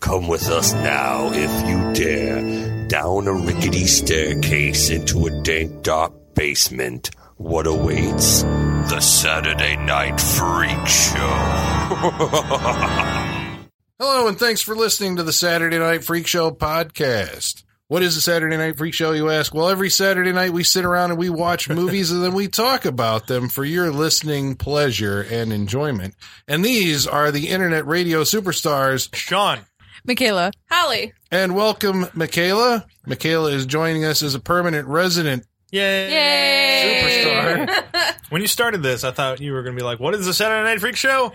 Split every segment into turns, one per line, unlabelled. Come with us now, if you dare, down a rickety staircase into a dank, dark basement. What awaits? The Saturday Night Freak Show.
Hello, and thanks for listening to the Saturday Night Freak Show podcast. What is the Saturday Night Freak Show, you ask? Well, every Saturday night we sit around and we watch movies and then we talk about them for your listening pleasure and enjoyment. And these are the internet radio superstars.
Sean.
Michaela.
Holly.
And welcome, Michaela. Michaela is joining us as a permanent resident.
Yay.
Yay.
Superstar. when you started this, I thought you were going to be like, what is the Saturday Night Freak Show?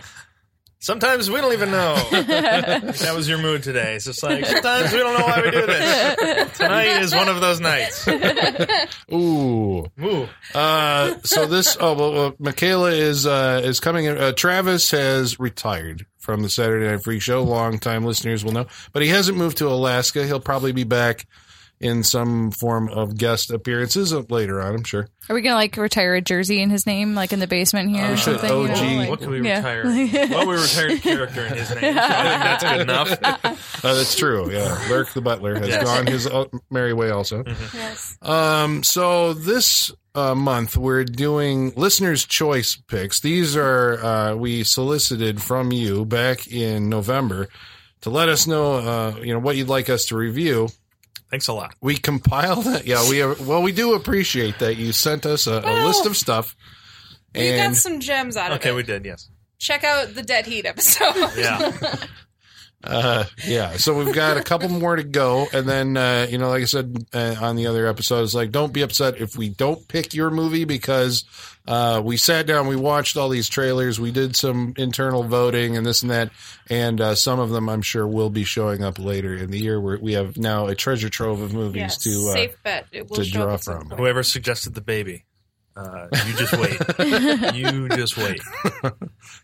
Sometimes we don't even know. that was your mood today. It's just like, sometimes we don't know why we do this. Tonight is one of those nights.
Ooh.
Ooh.
Uh, so this, oh, well, well Michaela is, uh, is coming in. Uh, Travis has retired from the Saturday Night Freak Show. Long time listeners will know, but he hasn't moved to Alaska. He'll probably be back in some form of guest appearances later on, I'm sure.
Are we gonna like retire a jersey in his name, like in the basement here
Uh,
or
we should
something?
OG.
you know,
What can we
Yeah.
retire? well, we retired character in his name. So I think that's good enough.
Uh, that's true. Yeah. Lurk the Butler has
Yes.
gone his o- merry way also.
Yes.
Um, so this uh, month we're doing listeners' choice picks. These are uh, we solicited from you back in November to let us know, uh, you know, what you'd like us to review.
Thanks a lot.
We compiled it. Yeah, we have, well, we do appreciate that you sent us a, a
Well,
list of stuff.
We got
And
some gems out of
Okay,
it.
we did, yes.
Check out the Dead Heat episode.
Yeah.
uh, yeah, so we've got a couple more to go, and then uh, you know, like I said uh, on the other episodes, like don't be upset if we don't pick your movie because uh, we sat down, we watched all these trailers, we did some internal voting and this and that, and uh, some of them I'm sure will be showing up later in the year. Where we have now a treasure trove of movies
Yes.
to uh,
Safe bet. It will
to
show
draw
up at some
from.
point.
Whoever suggested the baby, uh, you just wait. you just wait.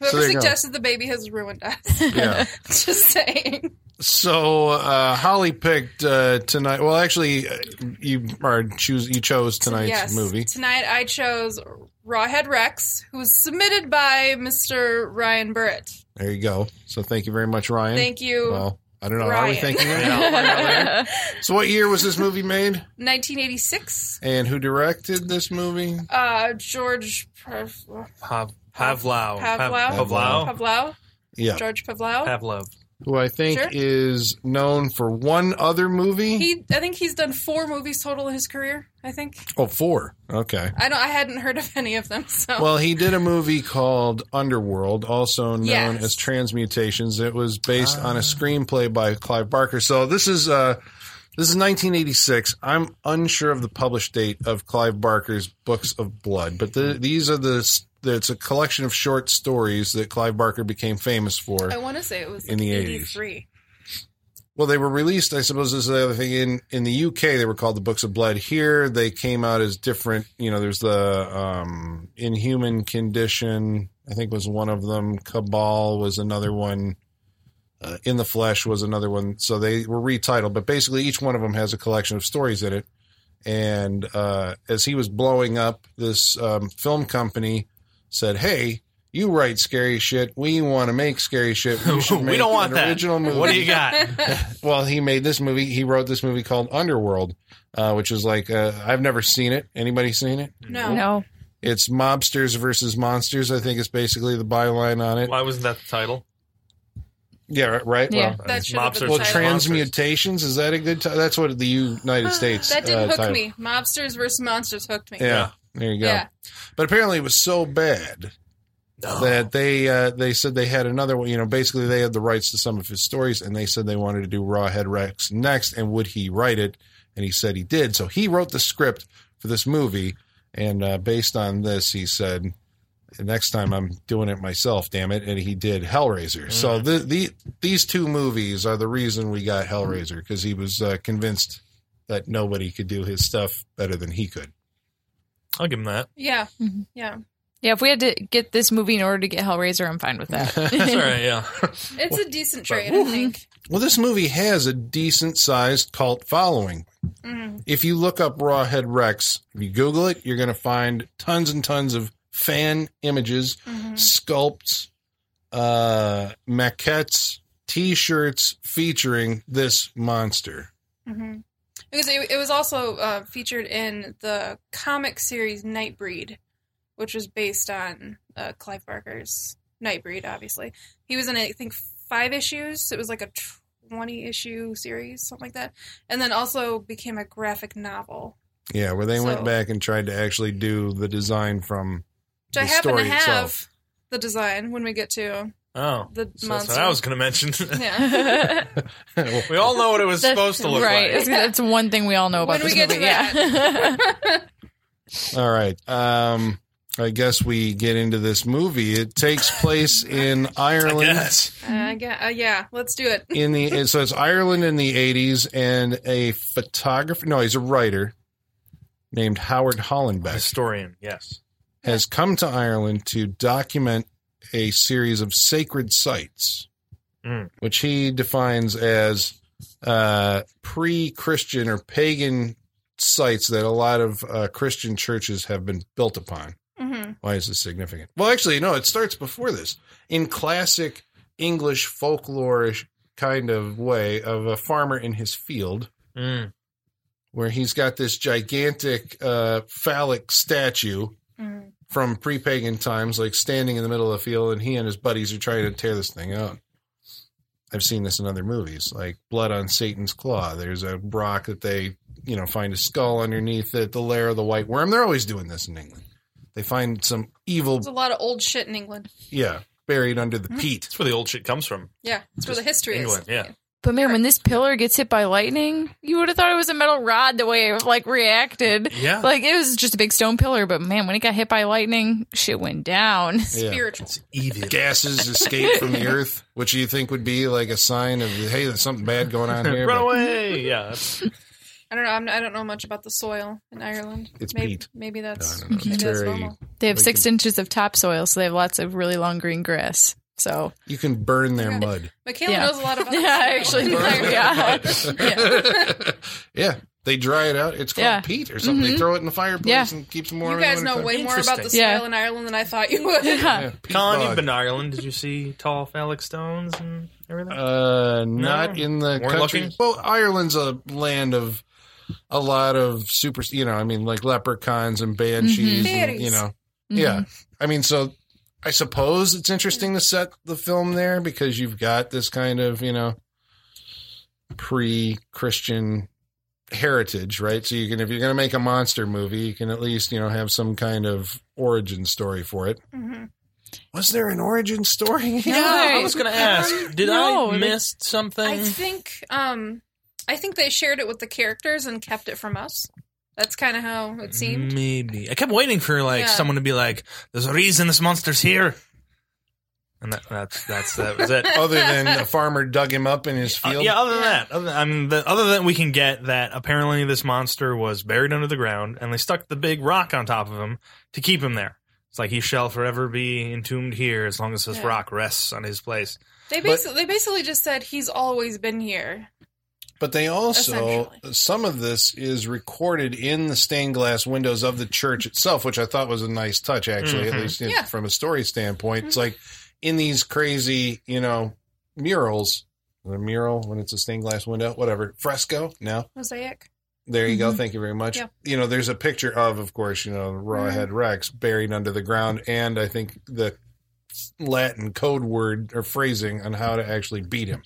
Whoever
there you go.
suggested the baby has ruined us.
yeah.
Just saying.
So uh, Holly picked uh, tonight. Well, actually, uh, you are choose you chose tonight's
yes.
movie.
Tonight I chose Rawhead Rex, who was submitted by Mr. Ryan Burritt.
There you go. So thank you very much, Ryan.
Thank you.
Well, I don't know. Are we
Ryan.
thanking him?
Yeah.
So, what year was this movie made?
1986.
And who directed this movie?
Uh, George Pav-
Pav- Pavlov.
Pavlov?
Oh.
Pavlov.
Pavlov?
Yeah.
George Pavlov?
Pavlov.
Who I think
Sure.
is known for one other movie.
he, I think he's done four movies total in his career. I think
oh, four. Okay.
I don't. I hadn't heard of any of them. So
Well, he did a movie called Underworld, also known
Yes.
as Transmutations. It was based on a screenplay by Clive Barker. So this is uh this is 1986. I'm unsure of the published date of Clive Barker's Books of Blood, but the, these are the s- it's a collection of short stories that Clive Barker became famous for.
I want to say it was
In
like
the 80s.
83.
Well, they were released. I suppose this is the other thing in in the UK. They were called the Books of Blood. Here, they came out as different. You know, there's the um, Inhuman Condition. I think was one of them. Cabal was another one. Uh, in the Flesh was another one. So they were retitled, but basically each one of them has a collection of stories in it. And uh, as he was blowing up, this um, film company said, "Hey." You write scary shit. We want to make scary shit. You should
We
make
don't want
an
that.
original movie
What do you got?
well, he made this movie. He wrote this movie called Underworld, uh, which is like uh, I've never seen it. Anybody seen it?
No.
no.
It's mobsters versus monsters. I think is basically the byline on it.
Why wasn't that the title?
Yeah, right.
Yeah.
Well,
That
Mobsters
should have been the
well,
title.
transmutations is that a good? T- that's what the United States.
That didn't
uh,
hook
title-
me. Mobsters versus monsters hooked me.
Yeah, there you go.
Yeah.
But apparently, it was so bad
Oh,
that they uh, they said they had another one. You know, basically they had the rights to some of his stories, and they said they wanted to do Rawhead Rex next, and would he write it? And he said he did. So he wrote the script for this movie, and uh, based on this, he said, "Next time I'm doing it myself, damn it!" And he did Hellraiser. So the, the these two movies are the reason we got Hellraiser because he was uh, convinced that nobody could do his stuff better than he could.
I'll give him that.
Yeah.
Mhm.
Yeah.
Yeah, if we had to get this movie in order to get Hellraiser, I'm fine with that.
That's all right. Yeah.
It's a decent trade, I think.
Well, this movie has a decent sized cult following.
Mhm.
If you look up Rawhead Rex, if you Google it, you're going to find tons and tons of fan images,
Mhm.
sculpts, uh, maquettes, T-shirts featuring this monster.
Mhm. It was it, it was also uh, featured in the comic series Nightbreed, which was based on uh, Clive Barker's Nightbreed. Obviously, he was in I think five issues. It was like a twenty issue series, something like that, and then also became a graphic novel,
Yeah, where they went
So-
back and tried to actually do the design from
which I
The
happen to
story
have
itself.
the design when we get to
Oh,
the
so that's
monster.
what I was going to mention.
yeah.
we all know what it was
That's-
supposed to look
right.
like.
That's, that's one thing we all know about
When we
this
get to
movie. Yeah.
All right. Um, I guess we get into this movie. It takes place in
I
Ireland.
guess.
Uh, yeah, uh, yeah, let's do it.
In the so it's Ireland in the eighties, and a photographer. No, he's a writer named Howard Hollenbeck
Historian, yes.
has come to Ireland to document a series of sacred sites,
Mm.
which he defines as uh, pre-Christian or pagan sites that a lot of uh, Christian churches have been built upon.
Mm-hmm,
hmm
Why is this significant? Well, actually, no, it starts before this. In classic English folklorish kind of way of a farmer in his field
Mm.
where he's got this gigantic uh, phallic statue
mm-hmm.
mm
from pre-pagan times, like standing in the middle of the field, and he and his buddies are trying to tear this thing out. I've seen this in other movies, like Blood on Satan's Claw. There's a rock that they, you know, find a skull underneath it, the lair of the white worm. They're always doing this in England. They find some evil
There's a lot of old shit in England.
yeah, buried under
Mm.
the peat.
That's where the old shit comes from.
Yeah, that's where the history
England,
is.
yeah.
But man, when this pillar gets hit by lightning, you would have thought it was a metal rod the way it like reacted.
Yeah.
Like it was just a big stone pillar, but man, when it got hit by lightning, shit went down.
Yeah.
Spiritual.
Evil.
Gases escape from the earth, which you think would be like a sign of hey, there's something bad going on here.
Run
but
away. Yeah. that's-
I don't know. I'm, I don't know much about the soil in Ireland.
It's
maybe,
peat.
Maybe
I
that's
don't know.
maybe
It's
that's
very-
normal.
They have
Like
six
you-
inches of topsoil, so they have lots of really long green grass. So
You can burn their mud.
Michaela
Yeah.
knows a lot about.
Yeah, actually, yeah.
yeah. they dry it out. It's called
Yeah.
peat or something. They throw it in the fireplace and keeps them warm.
Mm-hmm. You
in
guys
the
know
wintertime.
way more about the soil
Interesting. Yeah.
in Ireland than I thought you would.
Yeah, peat
Colin, you've
bog.
been to Ireland. Did you see tall phallic stones and everything?
Uh, not
No.
in the
Weren't
country.
looking?
Well, Ireland's a land of a lot of super. You know, I mean, like leprechauns and banshees. And,
Fairies.
you know,
mm-hmm.
yeah. I mean, so I suppose it's interesting to set the film there because you've got this kind of you know pre-Christian heritage, right? So you can, if you're going to make a monster movie, you can at least you know have some kind of origin story for it.
Mm-hmm.
Mhm.
Was there an origin story?
Yeah,
I was going to ask. Did
No,
I
they-
miss something?
I think um, I think they shared it with the characters and kept it from us. That's kind of how it seemed.
Maybe. I kept waiting for like
Yeah.
someone to be like, "There's a reason this monster's here," and that that's that's that was it.
Mm, Other than a farmer dug him up in his
Uh,
field.
yeah. Other than that, other, I mean, the, other than we can get that apparently this monster was buried under the ground, and they stuck the big rock on top of him to keep him there. It's like he shall forever be entombed here as long as this
Yeah.
rock rests on his place.
They
But-
basically they basically just said he's always been here.
But they also
Essentially.
some of this is recorded in the stained glass windows of the church itself, which I thought was a nice touch. Actually,
Mhm.
at least in-
Yeah. Mm-hmm.
from a story standpoint, it's like in these crazy, you know, murals. The mural when it's a stained glass window, whatever fresco. No,
Mosaic.
There you go. Thank you very much.
Mm-hmm. Yeah. Mm-hmm.
You know, there's a picture of, of course, you know, Rawhead Rex buried under the ground, and I think the Latin code word or phrasing on how to actually beat him,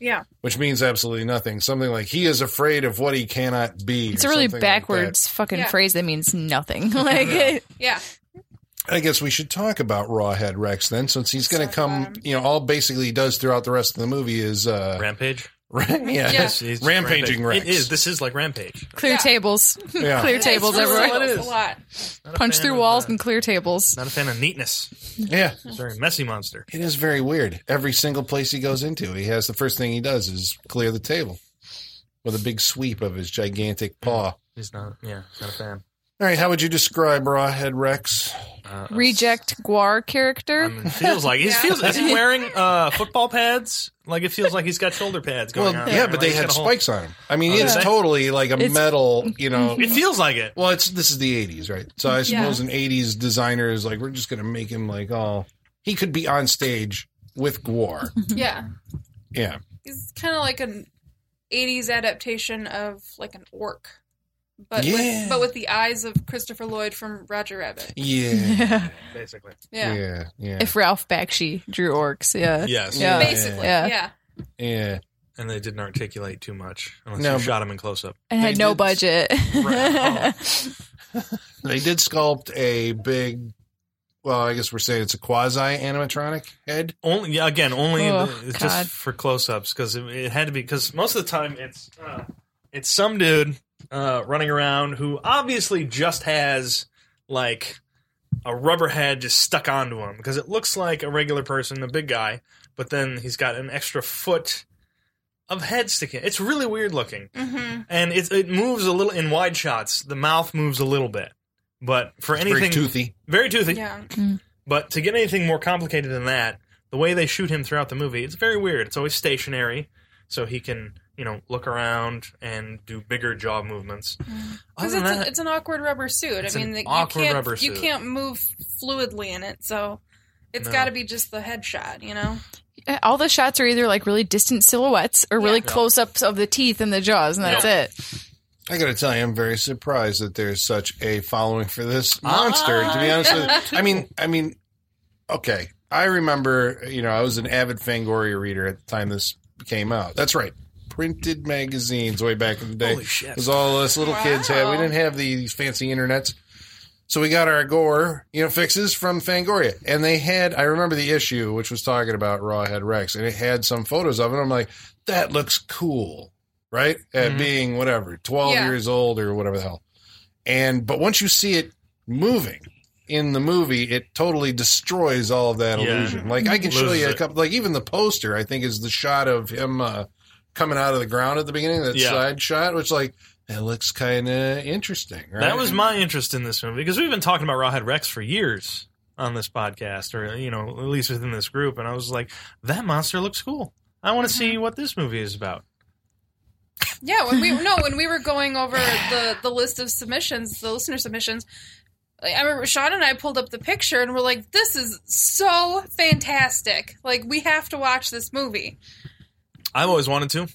Yeah.
which means absolutely nothing. Something like he is afraid of what he cannot be.
it's
or
a really
something like that.
backwards fucking
Yeah.
phrase that means nothing. Like
Yeah.
I guess we should talk about Rawhead Rex then, since he's going to
Talk
come.
about him.
You know, all basically he does throughout the rest of the movie is uh,
Rampage.
yeah,
Yeah.
It's- it's
Rampaging Rex.
Rampage. It is. This is like Rampage.
clear
Yeah.
tables.
Yeah.
clear
Yeah,
tables
It's really
everywhere.
It
a
is.
lot.
Not a
Punch
fan
through
of,
walls
uh,
and clear tables.
Not a fan of neatness.
yeah.
It's a very messy monster.
It is very weird. Every single place he goes into, he has the first thing he does is clear the table with a big sweep of his gigantic
Hmm.
paw.
He's not. Yeah, he's not a fan.
All right, how would you describe Rawhead Rex?
Uh,
Reject Guar
I
character.
mean, it feels like it
Yeah.
feels. Is he wearing uh, football pads? Like it feels like he's got shoulder pads going
Well,
on.
yeah,
there.
but
Like,
they
he's
had
got a whole-
spikes on him. I mean,
Oh,
it's
did they?
totally like a
It's-
metal, you know.
It feels like it.
well, it's this is the '80s, right? So I suppose an '80s designer is like, we're just going to make him like all. He could be on stage with Gwar,
Yeah.
Yeah.
He's kind of like an '80s adaptation of like an orc, but
Yeah.
with, but with the eyes of Christopher Lloyd from Roger Rabbit.
Yeah.
basically.
Yeah,
Yeah. Yeah.
If Ralph Bakshi drew orcs, yeah.
Yes.
Yeah.
basically.
Yeah.
Yeah.
yeah.
And they didn't articulate too much unless
No,
you
but-
shot him in close up.
And had
They
no
did-
budget.
Right.
They did sculpt a big. Well, I guess we're saying it's a quasi animatronic head.
Only yeah, again, only
Oh,
the- it's
God.
just for close ups because it, it had to be because most of the time it's uh, it's some dude uh, running around who obviously just has like a rubber head just stuck onto him because it looks like a regular person, a big guy, but then he's got an extra foot of head sticking. It's really weird looking.
Mm-hmm.
and it it moves a little in wide shots. The mouth moves a little bit, but for
Very
anything
toothy.
very toothy.
Yeah.
But to get anything more complicated than that, the way they shoot him throughout the movie, it's very weird. It's always stationary, so he can you know look around and do bigger jaw movements. Other
Because
than
it's, a-
that,
it's an awkward rubber suit.
It's
I mean,
an
that
awkward
you can't
rubber
you
suit.
can't move fluidly in it, so it's
No.
got to be just the headshot, you know.
All the shots are either like really distant silhouettes or really
Yeah.
close ups of the teeth and the jaws, and that's it.
I got to tell you, I'm very surprised that there's such a following for this monster. to be honest with you, I mean, I mean, okay. I remember, you know, I was an avid Fangoria reader at the time this came out. That's right, printed magazines way back in the day.
holy shit!
was all us little kids had. We
Wow.
didn't have these fancy internets. So we got our gore, you know, fixes from Fangoria. And they had, I remember the issue, which was talking about Rawhead Rex, and it had some photos of it. I'm like, that looks cool, right? At
Mhm.
being whatever, 12
Yeah.
years old or whatever the hell. And, but once you see it moving in the movie, it totally destroys all of that
Yeah.
illusion. Like, I can show
Loses
you a
it.
couple, like, even the poster, I think, is the shot of him, uh, coming out of the ground at the beginning, that
Yeah.
side shot, which like that looks kind of interesting. Right?
That was my interest in this movie because we've been talking about Rawhead Rex for years on this podcast, or you know, at least within this group. And I was like, that monster looks cool. I want to see what this movie is about.
Yeah, when we no, when we were going over the the list of submissions, the listener submissions, I remember Sean and I pulled up the picture and we're like, "This is so fantastic! Like, we have to watch this movie."
I've always wanted to.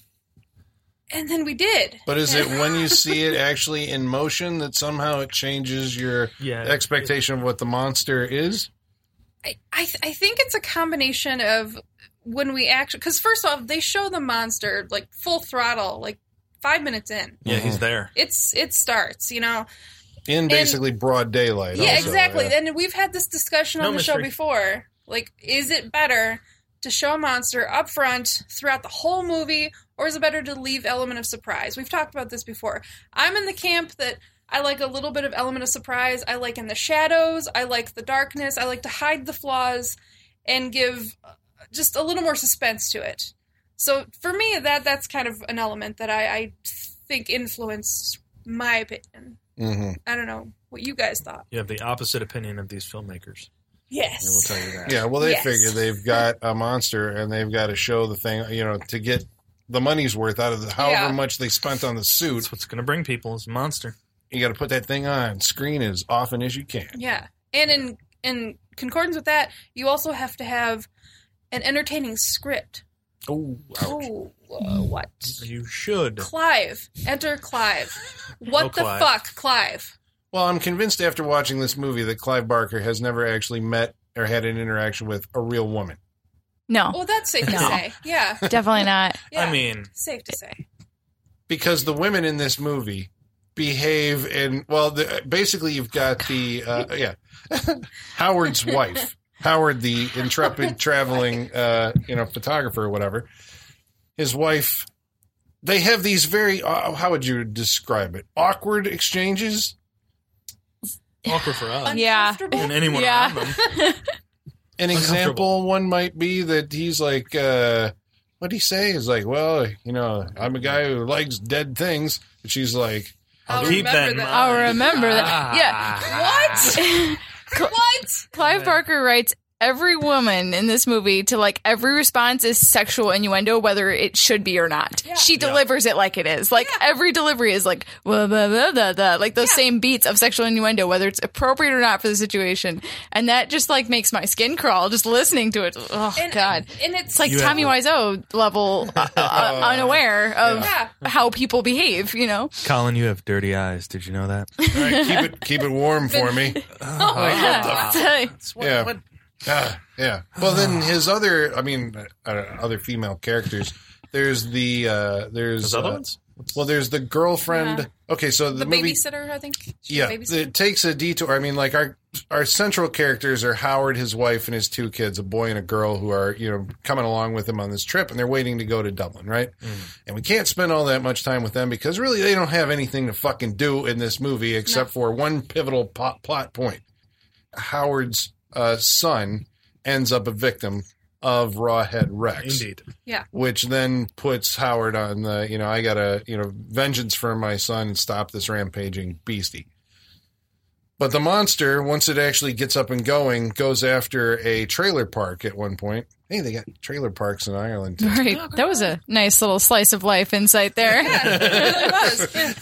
And then we did.
But is it when you see it actually in motion that somehow it changes your
Yeah.
expectation of what the monster is?
I I, th- I think it's a combination of when we actually because first off, they show the monster like full throttle, like five minutes in.
Yeah, he's there.
It's it starts, you know.
In basically broad daylight.
yeah,
also,
exactly.
yeah.
And we've had this discussion
No
on the show
mystery.
before. Like, is it better to show a monster up front throughout the whole movie, or is it better to leave element of surprise? We've talked about this before. I'm in the camp that I like a little bit of element of surprise. I like in the shadows. I like the darkness. I like to hide the flaws and give uh, just a little more suspense to it. So for me, that that's kind of an element that I, I think influenced my opinion.
Mhm.
I don't know what you guys thought.
You have the opposite opinion of these filmmakers.
Yes.
I will tell you that.
Yeah, well, they
Yes.
figure they've got a monster and they've got to show the thing, you know, to get the money's worth out of the, however
Yeah.
much they spent on the suit.
That's what's going to bring people is a monster.
You got to put that thing on screen as often as you can.
Yeah, and in in concordance with that, you also have to have an entertaining script.
Oh,
Oh, uh, what?
You should.
Clive, enter Clive. What
Oh,
the
Clive.
fuck, Clive?
Well, I'm convinced after watching this movie that Clive Barker has never actually met or had an interaction with a real woman.
No,
Well, Oh, that's safe to
No.
say. Yeah,
definitely not.
yeah.
I mean,
safe to say.
Because the women in this movie behave and, well, the, basically you've got the, uh, yeah, Howard's wife, Howard, the intrepid traveling, uh, you know, photographer or whatever. His wife, they have these very, uh, how would you describe it? Awkward exchanges.
awkward for us
Yeah.
Uncomfortable?
and anyone
Yeah.
around them.
an example one might be that he's like uh what'd he say he's like well you know i'm a guy who likes dead things and she's like
I'll
Keep that
remember
in
that.
mind.
I'll remember that.
Ah.
Yeah.
What?
Cl-
what?
Clive Barker writes every woman in this movie to like every response is sexual innuendo, whether it should be or not.
Yeah.
She
Yeah.
delivers it like it is. Like every delivery is like blah, blah, blah, blah, blah. like those
Yeah.
same beats of sexual innuendo, whether it's appropriate or not for the situation. And that just like makes my skin crawl just listening to it. Oh
And, uh,
God.
And it's
It's like
You have
Tommy
a-
Wiseau level uh, uh, unaware of
yeah.
how people behave, you know?
Colin, you have dirty eyes. Did you know that?
All right, keep it keep it warm for me.
Oh.
Yeah.
Yeah. Ah, yeah. Well, then his other, I mean, uh, other female characters. There's the uh, there's
Those other
uh,
ones?
Well, there's the girlfriend. Okay, so the,
the
movie,
babysitter, I think. She's a
yeah,
babysitter.
it takes a detour. I mean, like our our central characters are Howard, his wife, and his two kids, a boy and a girl, who are you know coming along with him on this trip, and they're waiting to go to Dublin, right? And we can't spend all that much time with them because really they don't have anything to fucking do in this movie except for one pivotal po- plot point. Howard's uh, son ends up a victim of Rawhead Rex
Indeed.
which then puts Howard on the, you know, I gotta, you know, vengeance for my son and stop this rampaging beastie. But the monster, once it actually gets up and going, goes after a trailer park at one point. Hey, they got trailer parks in Ireland. too.
Right.
Oh,
That was a nice little slice of life insight there.
it really was. Yeah.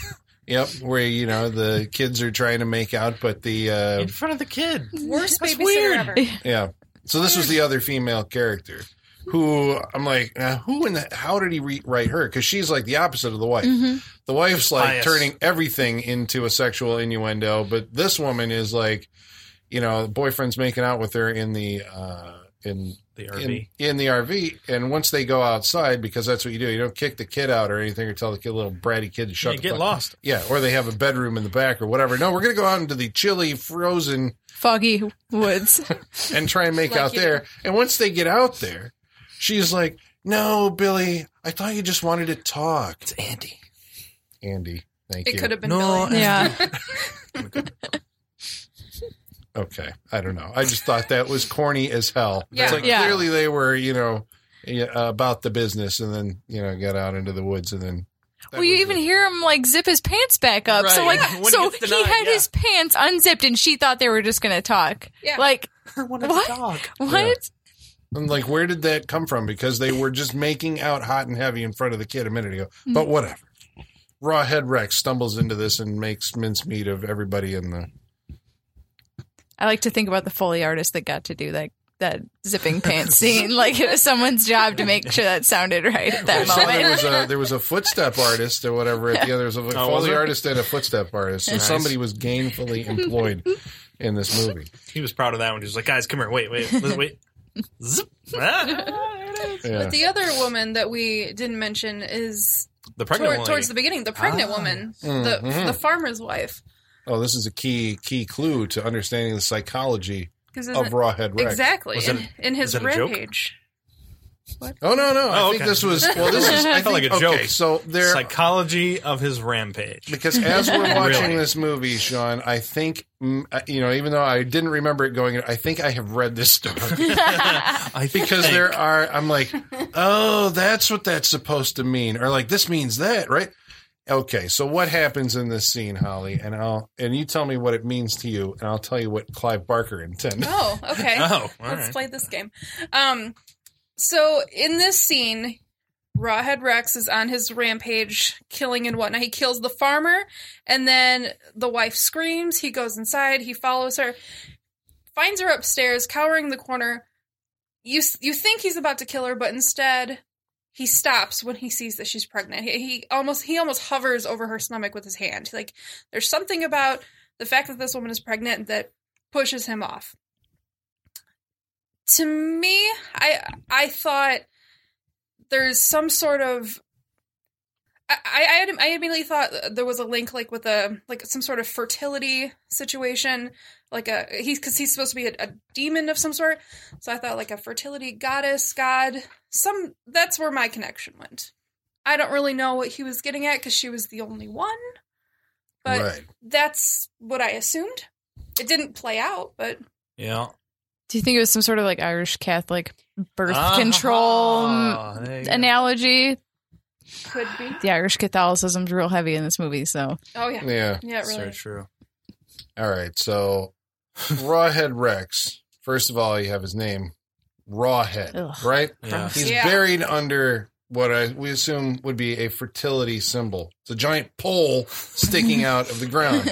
yep, where you know the kids are trying to make out, but the uh,
In front of the kid.
Worst babysitter
weird.
ever.
yeah. So this was the other female character who I'm like, now who in the how did he rewrite her? Because she's like the opposite of the wife.
Mm-hmm.
The wife's like
Bias.
turning everything into a sexual innuendo, but this woman is like, you know, the boyfriend's making out with her in the uh, in
The
in,
RV.
in the RV, and once they go outside, because that's what you do, you don't kick the kid out or anything, or tell the kid, little bratty kid to shut
Yeah,
the
get
fuck-
lost.
Yeah, or they have a bedroom in the back or whatever. No, we're gonna go out into the chilly, frozen
Foggy woods.
and try and make
Like
out
you
there. And once they get out there, she's like, "No, Billy, I thought you just wanted to talk." It's Andy. Andy, thank
It
you.
could have been
No,
Billy.
yeah.
Okay, I don't know. I just thought that was corny as hell.
Yeah.
It's like
Yeah.
clearly they were, you know, yeah, about the business, and then you know got out into the woods, and then. that
Well, you
was
even
it.
hear him like zip his pants back up. So
Right.
like,
Yeah. When he
so
gets
he,
denied,
had
yeah.
his pants unzipped, and she thought they were just gonna talk.
Yeah.
Like
What?
What?
dog.
what?
I'm like, where did that come from? Because they were just making out hot and heavy in front of the kid a minute ago.
Mm-hmm.
But whatever. Rawhead Rex stumbles into this and makes mincemeat of everybody in the
I like to think about the foley artist that got to do that that zipping pants scene. Like it was someone's job to make sure that sounded right at that
So there
moment.
was a there was a footstep artist or whatever at the other. There was a
Oh, was
foley
there?
artist and a footstep artist. So
Nice.
somebody was gainfully employed in this movie.
He was proud of that one. He was like, guys, come here. Wait, wait, wait. wait. Zip. Ah.
Yeah.
But the other woman that we didn't mention is
The
toward,
pregnant Mm-hmm. one.
towards the beginning, the pregnant woman, the
Mhm.
the farmer's wife.
Oh, this is a key key clue to understanding the psychology
Because
of Rawhead Rex.
exactly
Was
in,
it-
in his
was it a joke?
rampage.
Oh no, no. I
Oh,
think
okay.
this was well. This is I
Felt
think,
like a
okay,
joke.
So there,
Psychology of his rampage.
because as we're watching
Really?
this movie, Sean, I think mm, I- you know, even though I didn't remember it going, in, I think I have read this story.
I
because
think-
there are i'm like oh that's what that's supposed to mean or like this means that right okay so what happens in this scene holly and i'll and you tell me what it means to you and i'll tell you what clive barker intended
Oh, okay.
Oh, all
Let's
right.
play this game. Um, so in this scene, Rawhead Rex is on his rampage, killing and whatnot. He kills the farmer, and then the wife screams. He goes inside. He follows her, finds her upstairs, cowering in the corner. You you think he's about to kill her, but instead he stops when he sees that she's pregnant. He, he almost he almost hovers over her stomach with his hand. Like there's something about the fact that this woman is pregnant that pushes him off to me i i thought there's some sort of I, I, I had- I immediately thought there was a link, like with a like some sort of fertility situation, like a he's because he's supposed to be a, a demon of some sort. So I thought like a fertility goddess, god, some. That's where my connection went. I don't really know what he was getting at because she was the only one, but
right
that's what I assumed. It didn't play out, but
Yeah.
Do you think it was some sort of like Irish Catholic birth
Ah,
control um,
there you go.
analogy?
could be.
The Irish Catholicism's real heavy in this movie, so
Oh yeah,
yeah
yeah, it
So
really.
true.
all right so rawhead rex First of all, you have his name, Rawhead,
Ugh.
right?
Yeah.
He's
Yeah.
buried under what I, we assume would be a fertility symbol. It's a giant pole sticking out of the ground,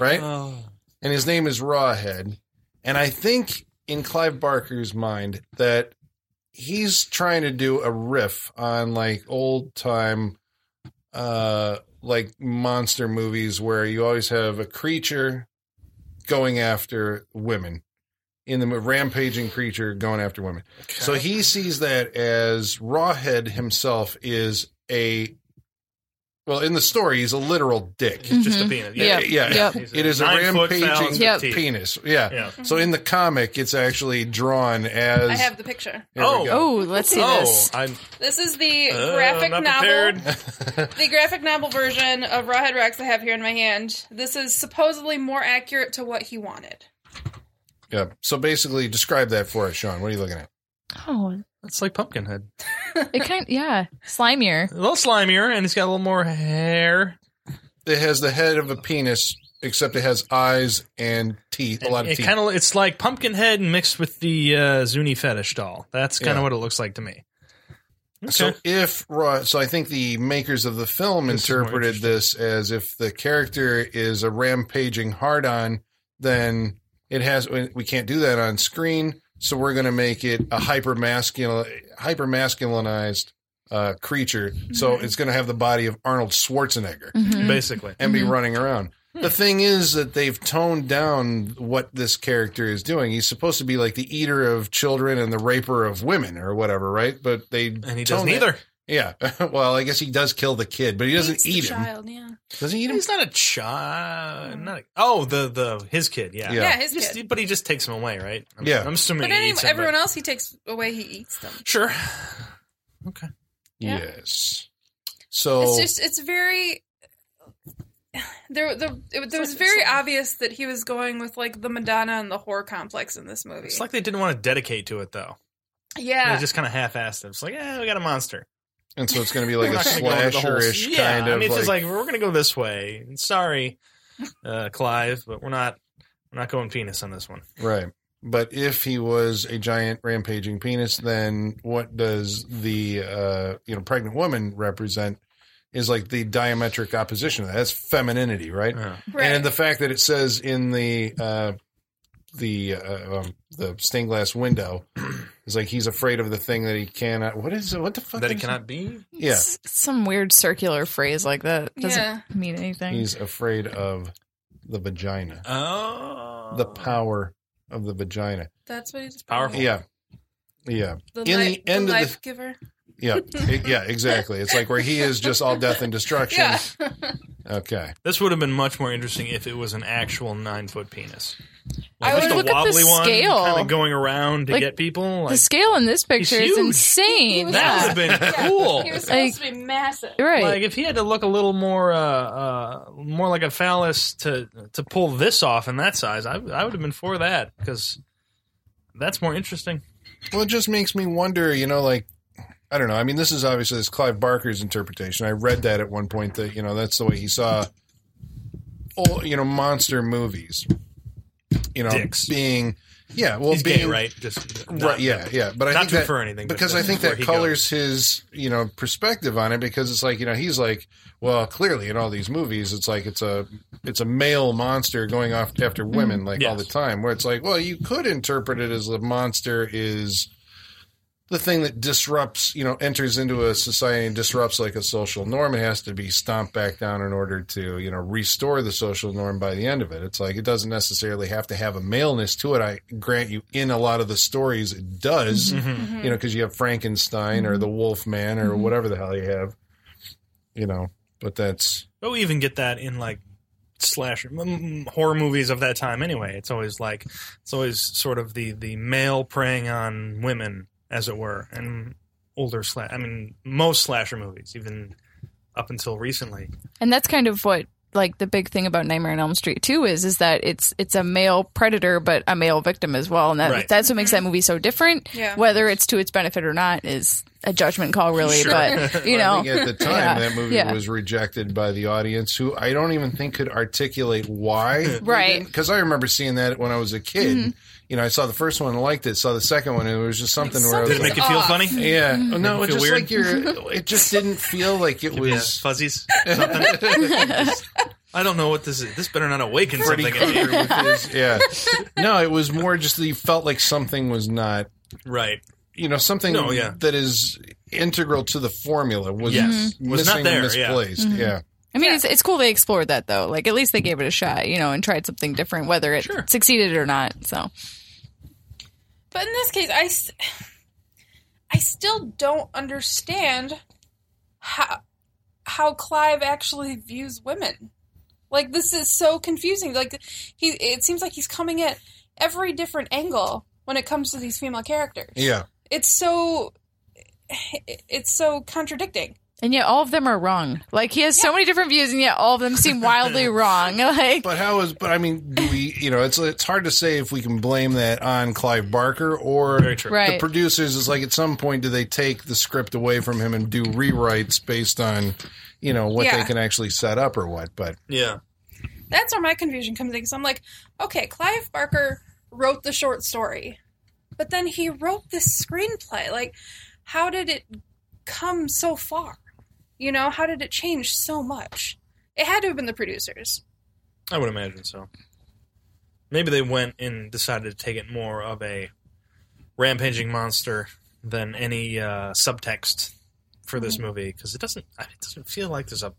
right?
Oh,
and his name is Rawhead. And I think in Clive Barker's mind that he's trying to do a riff on like old time uh like monster movies where you always have a creature going after women in the mo- rampaging creature going after women. So he sees that as Rawhead himself is a well in the story he's a literal dick.
He's just a peanut. Yeah.
Yeah.
Yeah.
Yep.
He's
It is a
nine foot
rampaging
phalanx with
Yep.
teeth.
penis. Yeah.
Yeah.
So in the comic, it's actually drawn as.
I have the picture.
Here we
Oh.
go.
Oh, let's see
Oh,
this.
I'm
This is the
uh,
graphic
not
novel.
prepared.
The graphic novel version of Rawhead Rex I have here in my hand. This is supposedly more accurate to what he wanted.
Yeah. So basically, describe that for us, Sean. What are you looking at?
Oh,
It's like Pumpkinhead.
it kind yeah, slimier.
A little slimier, and it's got a little more hair.
It has the head of a penis, except it has eyes and teeth. A lot of
It
teeth.
kind of it's like Pumpkinhead mixed with the uh, Zuni fetish doll. That's kind of
Yeah. Mm-hmm.
what it looks like to me. Okay.
So if Raw, so I think the makers of the film
This is more
interpreted this as if the character is a rampaging hard-on, then it has we can't do that on screen, so we're going to make it a hyper masculine, hyper masculinized uh, creature.
Mm-hmm.
So it's going to have the body of Arnold Schwarzenegger
Mhm.
Basically,
and be running around.
Hmm.
The thing is that they've toned down what this character is doing. He's supposed to be like the eater of children and the raper of women or whatever, right? But they
and he
toned
doesn't
it-
either.
yeah. Well, I guess he does kill the kid, but he doesn't
Eats the
eat him.
child, yeah.
Does he eat him?
He's not a child. Not a, oh, the the his kid. Yeah,
Yeah.
Yeah, his
Just-
kid.
but he just takes him away, right? I'm,
Yeah.
I'm assuming.
But
he
any,
eats him,
everyone else he takes away, he eats them.
Sure.
Yeah.
Yes. So
It's just it's very there the it, there was very obvious that he was going with like the Madonna and the horror complex in this movie.
It's like they didn't want to dedicate to it though.
yeah,
They just kind of half-assed it. It's like, yeah, we got a monster.
and so it's going to be like a
We're not gonna go into the whole-
slasherish
yeah,
kind of
I mean, it's
like,
just like we're gonna go this way. Sorry, uh, Clive, but we're not we're not going penis on this one.
right. But if he was a giant rampaging penis, then what does the uh, you know pregnant woman represent? Is like the diametric opposition of that. That's femininity, right?
Uh,
right.
And the fact that it says in the uh, the uh, um, the stained glass window is like he's afraid of the thing that he cannot. What is it? What the fuck?
that it
is
cannot be.
Yeah.
S- some weird circular phrase like that doesn't
yeah,
mean anything.
He's afraid of the vagina,
Oh,
the power of the vagina.
that's what he's
powerful.
Yeah, yeah,
The,
In
li-
the end of the-
life giver.
yeah, It- yeah. Exactly. It's like where he is just all death and destruction.
Yeah,
Okay.
This would have been much more interesting if it was an actual nine-foot penis.
I would
just a
look at the
wobbly one,
scale.
kind of going around to
Like,
get people.
the
Like,
scale in this picture is
huge.
He
insane.
was
Yeah.
that would have been
Yeah.
cool.
he was
Like-
supposed to be massive.
right.
Like if he had to look a little more, uh, uh, more like a phallus to to pull this off in that size, I, I would have been for that because that's more interesting.
Well, it just makes me wonder. You know, like I don't know. I mean, this is obviously this Clive Barker's interpretation. I read that at one point that you know that's the way he saw, all you know, monster movies. You know,
Dicks.
being yeah, well,
He's
being
gay, right? Just not-
right, yeah, yeah. But I
not
think
to
that,
infer anything, but
because I
that's
think
where
that
he
colors his you know perspective on it because it's like you know he's like well clearly in all these movies it's like it's a it's a male monster going off after women like all
Yes.
the time where it's like well you could interpret it as the monster is the thing that disrupts you know enters into a society and disrupts like a social norm it has to be stomped back down in order to you know restore the social norm by the end of it it's like it doesn't necessarily have to have a maleness to it i grant you in a lot of the stories it
Mm-hmm.
does
Mm-hmm.
you know, because you have Frankenstein or the Wolf Man or whatever the hell you have, you know. But that's
But we even get that in like slasher m- m- horror movies of that time. Anyway, it's always like it's always sort of the the male preying on women, as it were, and older slash. I mean, most slasher movies, even up until recently,
and that's kind of what like the big thing about Nightmare on Elm Street too is is that it's it's a male predator but a male victim as well, and that,
Right.
that's what makes that movie so different.
Yeah.
Whether it's to its benefit or not is a judgment call, really.
Sure.
But you
I
know,
think at the time
Oh. Yeah.
that movie
Yeah.
was rejected by the audience, who I don't even think could articulate why,
Right.
Because I remember seeing that when I was a kid. you know, I saw the first one and liked it. Saw the second one and it was just something where
Did it
I was
make
like,
you feel
Off.
funny?
yeah, oh, no,
Make
it
you
just
feel
like you're, it just didn't feel like it
Yeah,
was.
fuzzies. Something. I don't know what this is. This better not awaken
Freddy
something in
Krueger
you.
with his- yeah, no, it was more just that you felt like something was not
Right.
you know something
No, yeah.
that is integral to the formula was
Yes.
missing
Was not
and
there, yeah.
misplaced.
Mhm.
Yeah,
I mean, it's, it's cool they explored that though. Like, at least they gave it a shot, you know, and tried something different, whether it
Sure.
succeeded or not. So,
But in this case, I, s- I still don't understand how how Clive actually views women. Like this is so confusing. Like he, it seems like he's coming at every different angle when it comes to these female characters.
yeah.
It's so, it's so contradicting.
and yet all of them are wrong. Like, he has so many different views, and yet all of them seem wildly wrong. Like,
But how is? But I mean, do we? You know, it's it's hard to say if we can blame that on Clive Barker or
Very true.
the
right.
producers. It's like at some point, do they take the script away from him and do rewrites based on you know what they
Yeah.
can actually set up or what? But
Yeah.
That's where my confusion comes in because I'm like, okay, Clive Barker wrote the short story, but then he wrote this screenplay. Like, how did it come so far? You know, how did it change so much? It had to have been the producers.
I would imagine so. Maybe they went and decided to take it more of a rampaging monster than any uh, subtext for this movie because it doesn't. I- It doesn't feel like there's a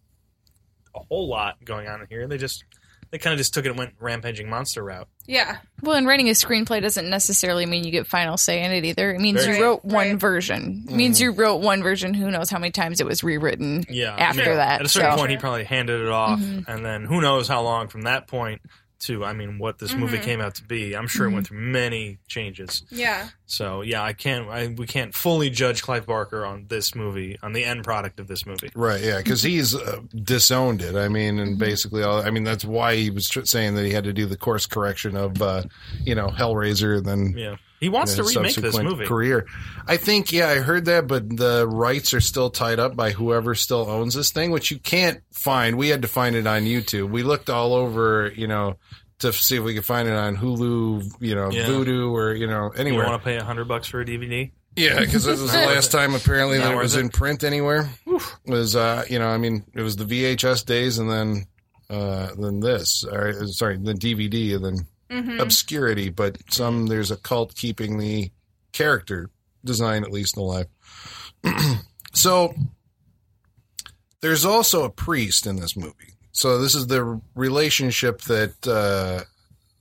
a whole lot going on here. They just they kind of just took it and went rampaging monster route.
Yeah.
Well, and writing a screenplay doesn't necessarily mean you get final say in it either. It means
Very
you wrote
true.
one
Right.
version. It means you wrote one version. Who knows how many times it was rewritten?
yeah,
after
sure.
that,
At a certain
so-
point, he probably handed it off, and then who knows how long from that point to I mean, what this movie came out to be. I'm sure it went through many changes.
Yeah.
So yeah, I can't. I, we can't fully judge Clive Barker on this movie, on the end product of this movie.
right, yeah, because he's uh, disowned it. I mean, and basically, all, I mean that's why he was tr- saying that he had to do the course correction of uh, you know Hellraiser and then
Yeah, he wants to
his
remake this
subsequent
movie.
career. I think, yeah, I heard that, but the rights are still tied up by whoever still owns this thing, which you can't find. We had to find it on YouTube. We looked all over, you know, to see if we could find it on Hulu, you know,
Yeah.
Voodoo, or you know,
You
anywhere.
want to pay a hundred bucks for a DVD?
Yeah, because this was the
Not worth
last
it.
time apparently
Not
that it
worth
was
it.
in print anywhere. Was uh, you know, I mean, it was the VHS days, and then uh, then this, or uh, sorry, the DVD, and then
hmm
obscurity, but some there's a cult keeping the character design at least alive. so there's also a priest in this movie. So this is the relationship that uh,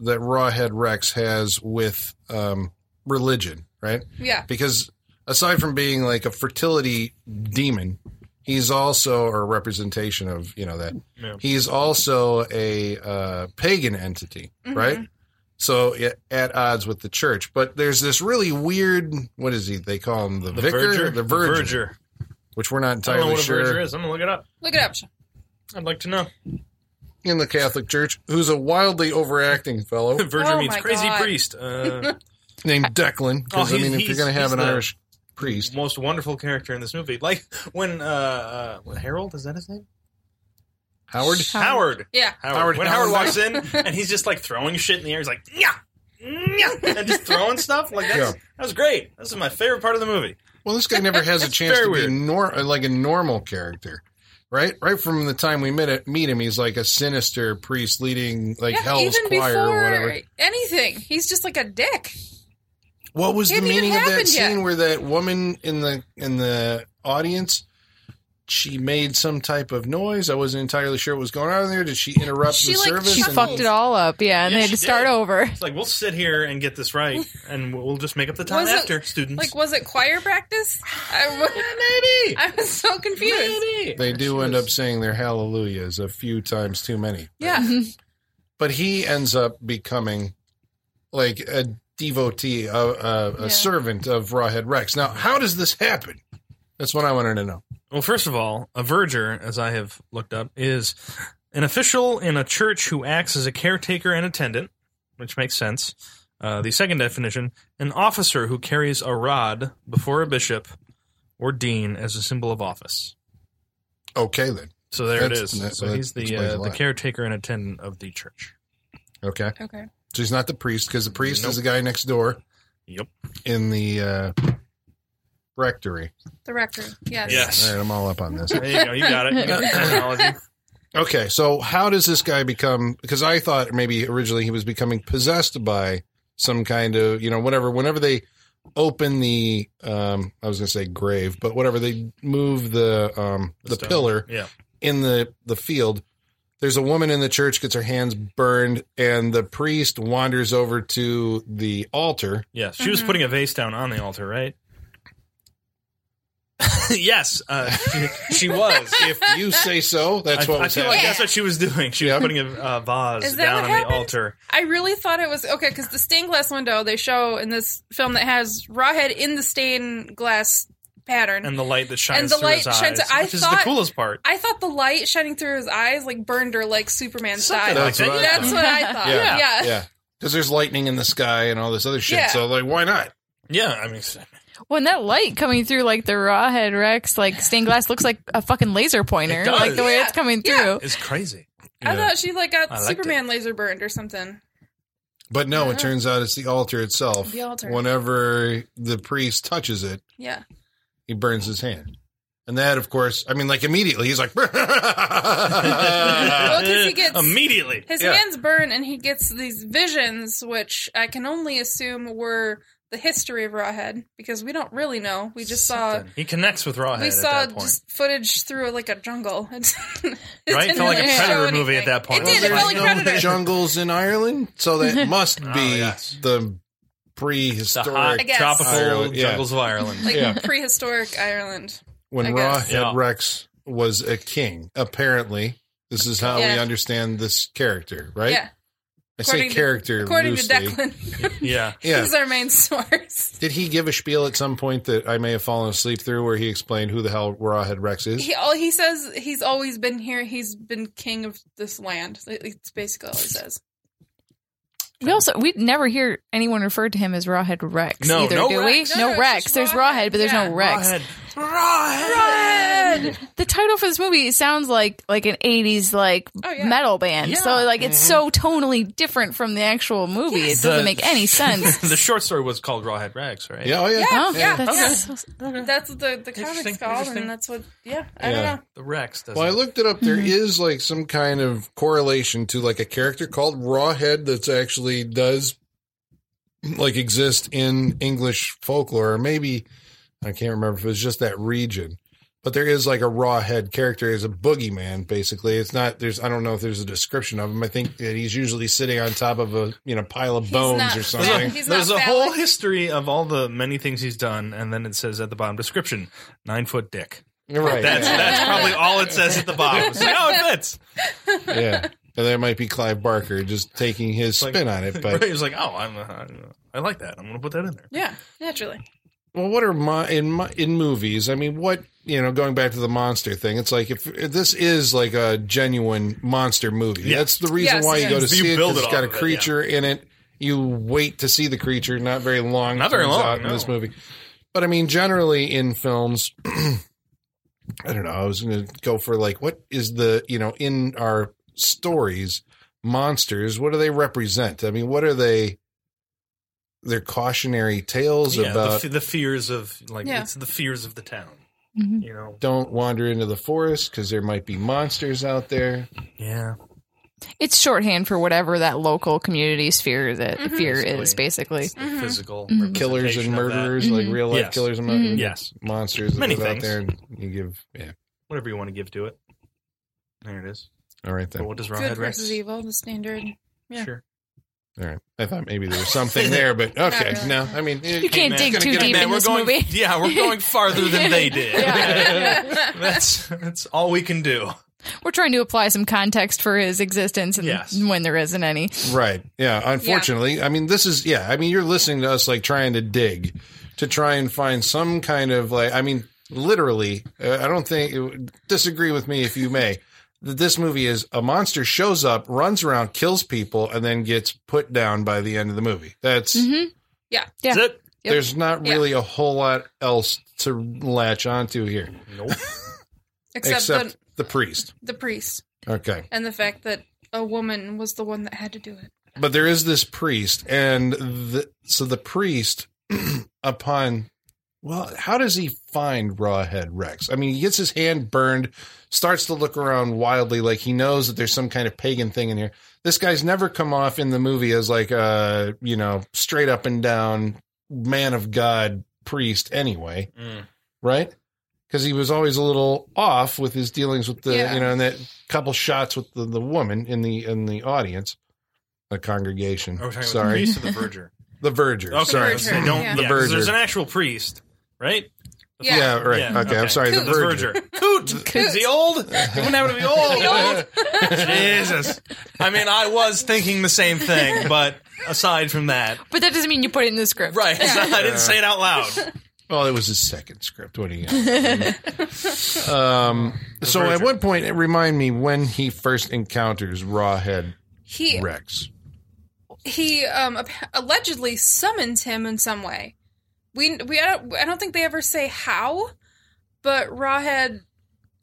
that Rawhead Rex has with um, religion, right?
Yeah.
Because aside from being like a fertility demon, he's also or a representation of you know that
Yeah.
he's also a uh, pagan entity,
Mhm.
right? So yeah, at odds with the church, but there's this really weird. What is he? They call him the,
The
vicar,
Verger.
the virgin,
Verger.
which we're not
I don't know
entirely
what a Verger
sure
is. I'm gonna look it up.
Look it up.
I'd like to know.
in the Catholic Church. Who's a wildly overacting fellow
Verger
Oh
means
my
crazy
God.
priest. Uh,
named Declan? Because
Oh,
I
he's-
mean, if you're
he's-
going to have
he's
an
the-
Irish priest,
most wonderful character in this movie. Like when uh, uh, Harold is that his name?
Howard,
Howard.
Yeah.
Howard.
Howard
when Howard
Howard.
walks in and he's just like throwing shit in the air, he's like, yeah, yeah, and just throwing stuff. Like that's
Yeah.
that was great. This is my favorite part of the movie.
Well, this guy never has a
It's
chance to
very
be
weird.
nor- like a normal character, right? Right from the time we met meet him, he's like a sinister priest leading like
yeah.
Hell's
Even
Choir or whatever.
before anything, he's just like a dick.
What was
It
the
hadn't even
meaning of that
happened yet.
scene where that woman in the in the audience? She made some type of noise. I wasn't entirely sure what was going on there. Did she interrupt
She,
the
like,
service?
She
and-
fucked it all up, yeah, and
Yeah,
they had
she
to start
did.
over.
It's like we'll sit here and get this right, and we'll we'll just make up the time
Was it-
after students.
Like, was it choir practice? I,
Yeah,
wa-
maybe.
I was so confused.
Maybe.
They do
She
end
was-
up saying their hallelujahs a few times too many.
Yeah.
but he ends up becoming like a devotee, a, a, a
Yeah.
servant of Rawhead Rex. Now, how does this happen? That's what I wanted to know.
Well, first of all, a verger, as I have looked up, is an official in a church who acts as a caretaker and attendant, which makes sense. Uh, the second definition, an officer who carries a rod before a bishop or dean as a symbol of office.
Okay, then.
So there
That's-
it is.
that-
so
that
he's the
explains a
uh, the
lot.
caretaker and attendant of the church.
Okay.
Okay.
So he's not the priest because the priest
Nope.
is the guy next door
Yep.
in the uh, rectory.
The rector.
Yeah.
Yes.
Yes.
All right, I'm all up on this.
There you go. You got it. You got the terminology.
Okay, so how does this guy become? Because I thought maybe originally he was becoming possessed by some kind of you know whatever. Whenever they open the, um, I was going to say grave, but whatever they move the um, the
Stone.
pillar
Yeah.
in the the field. There's a woman in the church gets her hands burned, and the priest wanders over to the altar.
Yes. She was
Mhm.
putting a vase down on the altar, right? yes. Uh, she, she was.
If you say so, that's
I,
what
I
was
feel like
happening.
that's what she was doing. She
Yeah.
was putting a uh, vase
Is that
down
what
on
happened?
the altar.
I really thought it was okay because the stained glass window they show in this film that has Rawhead in the stained glass pattern.
and the light that shines
And the
through
light
his
shines-
eyes,
I
which is
thought-
the coolest part.
I thought the light shining through his eyes like burned her like Superman's
Something
style.
like
That's
that.
what I
That's what I thought.
Yeah.
Yeah.
yeah, because there's lightning in the sky and all this other shit.
Yeah.
So like, why not?
yeah, I mean,
When that light coming through like the rawhead Rex, like stained glass looks like a fucking laser pointer.
It does.
Like the way
Yeah,
it's coming
yeah.
through.
it's crazy.
I
Yeah.
thought she like got
I liked
Superman laser burned or something.
But no, it
Uh-huh.
turns out it's the altar itself.
The altar.
Whenever the priest touches it,
Yeah.
he burns his hand. And that, of course, I mean, like immediately, he's like,
Well, 'cause he gets-
immediately.
His
Yeah.
hands burn and he gets these visions, which I can only assume were the history of Rawhead because we don't really know. We just saw
He connects with Rawhead.
we
at
saw
that point.
just footage through like a jungle. It didn't
Right? It felt like a
really
Predator
show
movie at
anything.
that point.
It
Well,
did. It
there's
felt like
no
Predator.
jungles in Ireland, so that must be
Oh, yes.
the
It's the hot
I
prehistoric
guess.
tropical
Ireland, yeah.
jungles of Ireland.
like
Yeah.
prehistoric Ireland.
when
I
Rawhead
guess.
Yeah.
Rex was a king. Apparently, this is how we
Yeah.
understand this character, right?
Yeah,
I say
According to-
character
according
loosely.
to Declan,
yeah.
Yeah.
he's our main source.
Did he give a spiel at some point that I may have fallen asleep through where he explained who the hell Rawhead Rex is?
He all he says he's always been here. He's been king of this land. It's basically all he says.
We also we never hear anyone refer to him as Rawhead Rex
No,
either,
no
do
Rex.
we?
No,
No,
it's
Rex.
just
There's
Rawhead,
Rawhead, but there's
yeah.
no Rex.
Rawhead. Rawhead.
The title for this movie sounds like like an '80s like
Oh, yeah.
metal band. So
Yeah.
like it's so tonally different from the actual movie. It doesn't
Mm-hmm. The-
make any sense.
the short story was called Rawhead Rex, right?
Yeah, oh yeah.
Oh,
yeah,
that's-
That's what the the
Interesting,
comic's called,
interesting.
and that's what. Yeah, I
Yeah.
don't know.
The Rex. Doesn't
Well, I looked it up. There is like some kind of correlation to like a character called Rawhead that's actually does like exist in English folklore, or maybe I can't remember if it was just that region. But there is like a rawhead character as a boogeyman, basically. It's not there's I don't know if there's a description of him. I think that he's usually sitting on top of a you know pile of bones
not-
or
Yeah,
something.
he's not
There's a whole
phallic.
history of all the many things he's done, and then it says at the bottom description: nine foot dick.
Right.
That's
yeah.
that's probably all it says at the bottom. So, oh, it fits.
yeah. And there might be Clive Barker just taking his
like-
spin on it, but
He was like, oh, I'm, uh, I like that. I'm going to put that in there.
Yeah, naturally.
Well, what are my in my, in movies? I mean, what you know, going back to the monster thing, it's like if, if this is like a genuine monster movie,
Yeah.
that's the reason
Yes,
why
it
you go to
is.
see
You
it. 'cause
build it
It's got
off
a
of it, yeah.
creature in it. You wait to see the creature. Not very long.
Not very
turns
long,
out in
no.
this movie. But I mean, generally in films, I don't know. I was going to go for like, what is the you know in our stories monsters? What do they represent? I mean, what are they? They're cautionary tales
Yeah,
about
the, fe- the fears of like
Yeah.
it's the fears of the town.
Mhm.
You know.
don't wander into the forest because there might be monsters out there.
Yeah.
it's shorthand for whatever that local community sphere that
Mhm.
fear is basically.
It's the
Mm-hmm.
physical
Mhm.
Killers and
representation of that.
murderers,
Mhm.
like real life
Yes.
killers and
Mhm.
murderers.
Yes.
Monsters that
Many
live out
things.
there and you give yeah.
Whatever you want to give to it. There it is.
All right
But
then.
what does
Good
Rawhead Rex?
versus evil, the standard. yeah.
Sure.
All right. I thought maybe there was something there, but okay.
really.
No, I mean
You can't
man,
dig
gonna
too
get a
deep
man,
in
we're
this
going,
movie.
Yeah, we're going farther than they did.
Yeah.
that's that's all we can do.
We're trying to apply some context for his existence and
Yes.
when there isn't any.
Right. Yeah. Unfortunately, I mean, this is, yeah. I mean, you're listening to us like trying to dig to try and find some kind of like, I mean, literally, uh, I don't think, disagree with me if you may, that this movie is a monster shows up, runs around, kills people, and then gets put down by the end of the movie. That's,
Mhm. Yeah.
Is it?
Yep.
there's not
Yeah.
really a whole lot else to latch onto here
Nope.
Except,
except, the, priest.
the, the priest
Okay.
and the fact that a woman was the one that had to do it.
but there is this priest, and the, so the priest, upon well, how does he find Rawhead Rex? I mean, he gets his hand burned, starts to look around wildly, like he knows that there's some kind of pagan thing in here. This guy's never come off in the movie as like a you know straight up and down man of God priest, anyway,
Mm.
right? Because he was always a little off with his dealings with the
Yeah.
you know, and that couple shots with the, the woman in the in the audience, the congregation.
Oh, we're talking about
Sorry,
the priest of the verger.
the verger.
Okay,
Sorry,
Verger,
so don't.
yeah.
Yeah,
The
'cause
verger.
There's an actual priest, right?
Yeah.
Yeah, right.
Yeah,
okay, I'm
okay.
sorry.
Coot.
The
The
verger.
Coot. Is he old? He wouldn't happen to be old. Jesus. I mean, I was thinking the same thing, but aside from that,
But that doesn't mean you put it in the script.
right? I didn't say it out loud.
Well, it was his second script. What do you? know? um, so at
verger.
one point, it remind me when he first encounters Rawhead
He
Rex.
he um ap- allegedly summons him in some way. We we I don't, I don't think they ever say how, but Rawhead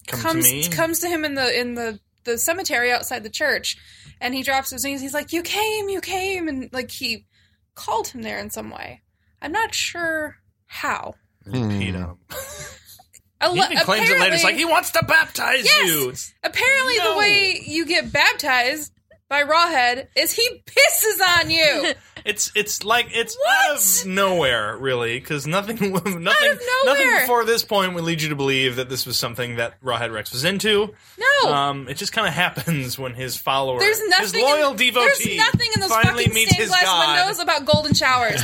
Come to
comes
me.
comes to him in the in the the cemetery outside the church, and he drops his knees. He's like, "You came, you came," and like he called him there in some way. I'm not sure how.
You
Hmm.
know,
Alle-
uh, he even claims it later. It's like he wants to baptize
Yes!
you. It's-
Apparently,
No.
the way you get baptized by Rawhead is he pisses on you.
It's it's like it's out
What?
of nowhere, really, because nothing nothing nothing
nowhere.
before this point would lead you to believe that this was something that Rawhead Rex was into.
No,
Um, it just kind of happens when his follower,
Oh. there's nothing.
his loyal
in,
devotee,
There's nothing in those
finally
fucking
meets
stained
his
glass
god.
windows about golden showers.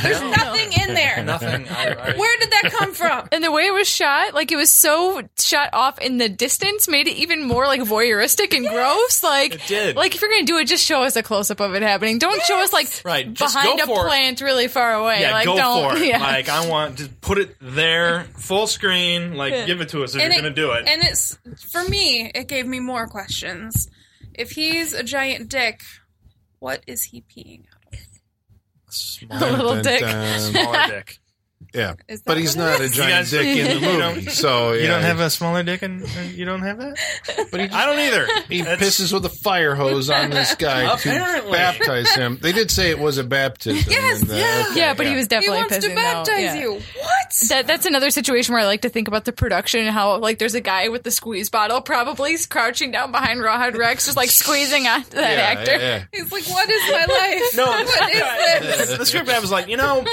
There's
No.
nothing in there.
Nothing. I, I,
Where did that come from?
And the way it was shot, like it was so shot off in the distance, made it even more like voyeuristic and gross. Like
It did.
Like if you're gonna do it, just show us a close up of it happening. Don't show us like
Right, just
behind
go
a
for it.
plant really far away.
yeah,
like
go
don't.
for it.
Yeah.
Like I want to put it there, full screen. Like give it to us if you're gonna do it.
And it's for me. It gave me more questions. If he's a giant dick, what is he peeing out?
A
Smaller,
little dick.
smaller dick.
yeah,
Is that
but he's
what it
not a
is?
giant
guys-
dick in the
You
movie.
don't-
so yeah,
You don't have a smaller dick, and, and you don't have that.
But he,
I don't either.
he
That's-
pisses with a fire hose on this guy to
Apparently.
baptize him. They did say it was a baptism.
Yes,
and, uh,
yeah.
okay,
yeah, but he was
He
definitely
wants to
pissing out.
baptize
Yeah.
you. What?
That, that's another situation where I like to think about the production and how like there's a guy with the squeeze bottle probably crouching down behind Rawhide Rex just like squeezing on that
Yeah,
actor.
yeah.
He's like, what is my life?
No,
what is this?
the script guy was like, you know,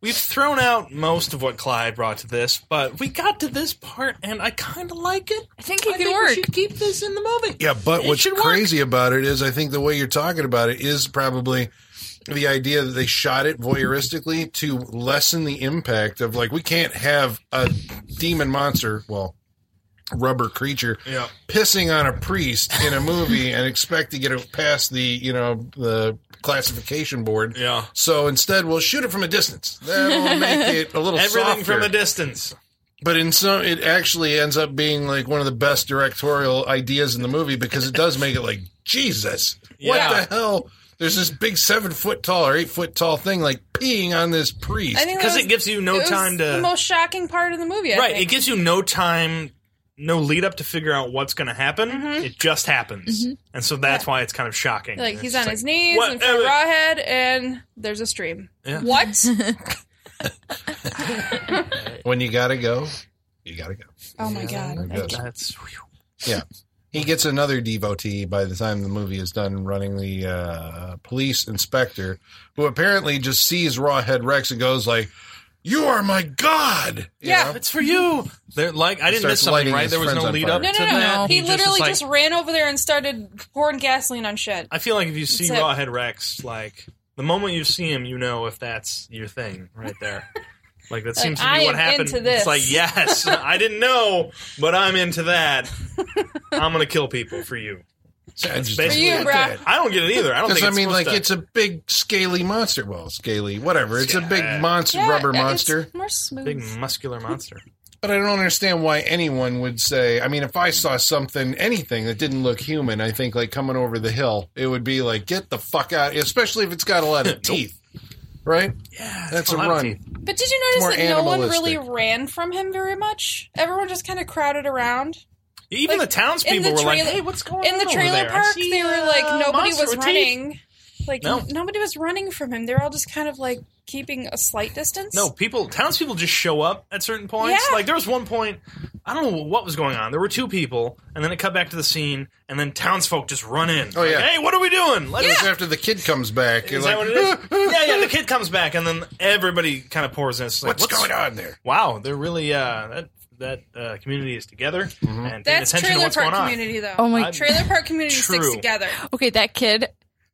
we've thrown out most of what Clyde brought to this, but we got to this part, and I kind of like it.
I think it
I
could
think we
work.
should keep this in the movie.
Yeah, but
It
what's
should work.
crazy about it is I think the way you're talking about it is probably the idea that they shot it voyeuristically to lessen the impact of like we can't have a demon monster, well, rubber creature
Yeah.
pissing on a priest in a movie and expect to get it past the, you know, the classification board.
Yeah.
So instead we'll shoot it from a distance. That'll make it a little
Everything
softer
from a distance.
but in some it actually ends up being like one of the best directorial ideas in the movie because it does make it like jesus
Yeah.
what the hell there's this big seven foot tall or eight foot tall thing like peeing on this priest
I think that
Because
was-
it gives you
it
no
was
time
the
to.
most shocking part of the movie. I
Right. It
think.
gives you no time, no lead up to figure out what's going to happen. It just happens. And so that's why it's kind of shocking.
Mm-hmm. like
It's
he's on
just
his knees
what-
in front of
uh,
Rawhead, and there's a stream.
Yeah.
What?
when you gotta go you gotta go
Oh my god!
Like this.
That's. whew.
he gets another devotee by the time the movie is done running the uh, police inspector who apparently just sees rawhead rex and goes like you are my god You
Yeah.
know?
It's for you. They're like I didn't
starts
miss something,
lighting
right?
his
There was
friends
no
on
lead
fire.
up
No,
to
no, no, no.
that.
He,
just
literally
was like,
just ran over there and started pouring gasoline on shit.
I feel like if you see
That's it.
Rawhead Rex, like the moment you see him, you know if that's your thing right there. Like that seems to
I
be what
am
happened.
into this.
It's like yes, I didn't know, but I'm into that. I'm gonna kill people for you.
I just
For
don't
you,
get
bruh.
that.
I don't get it either. I don't
Because
think
I
it's
mean, like
supposed to-
it's a big scaly monster. Well, scaly, whatever. It's a big
Yeah.
monster,
Yeah,
rubber
it's
monster.
more smooth.
big muscular monster.
But I don't understand why anyone would say. I mean, if I saw something, anything that didn't look human, I think like coming over the hill, it would be like, get the fuck out. Especially if it's got a lot of teeth, right?
Yeah,
That's a
lot of
run.
teeth.
But did you
more
notice that no one really
animalistic.
ran from him very much? Everyone just kind of crowded around.
Even
Like,
the townspeople
in the
were like,
trailer-
"Hey, what's going on
In the
over
trailer
there? I
park,
see
they were
a
like nobody
monster
was
with teeth."
running. Like
No.
n- nobody was running from him. They were all just kind of like keeping a slight distance.
No, people, townspeople just show up at certain points.
Yeah.
Like there was one point, I don't know what was going on. There were two people, and then it cut back to the scene, and then townsfolk just run in.
Oh,
Like,
yeah.
hey, what are we doing? Let us-
It's after the kid comes back. You're
Is
like,
that what it is? yeah, yeah. The kid comes back, and then everybody kind of pours in. It's like,
What's, going on there?
Wow, they're really uh, that that uh, community is together
Mm-hmm.
and paying
that's
attention to
trailer
what's
park
going on.
community though.
Oh my- I-
trailer park community sticks
True.
together.
Okay, that kid.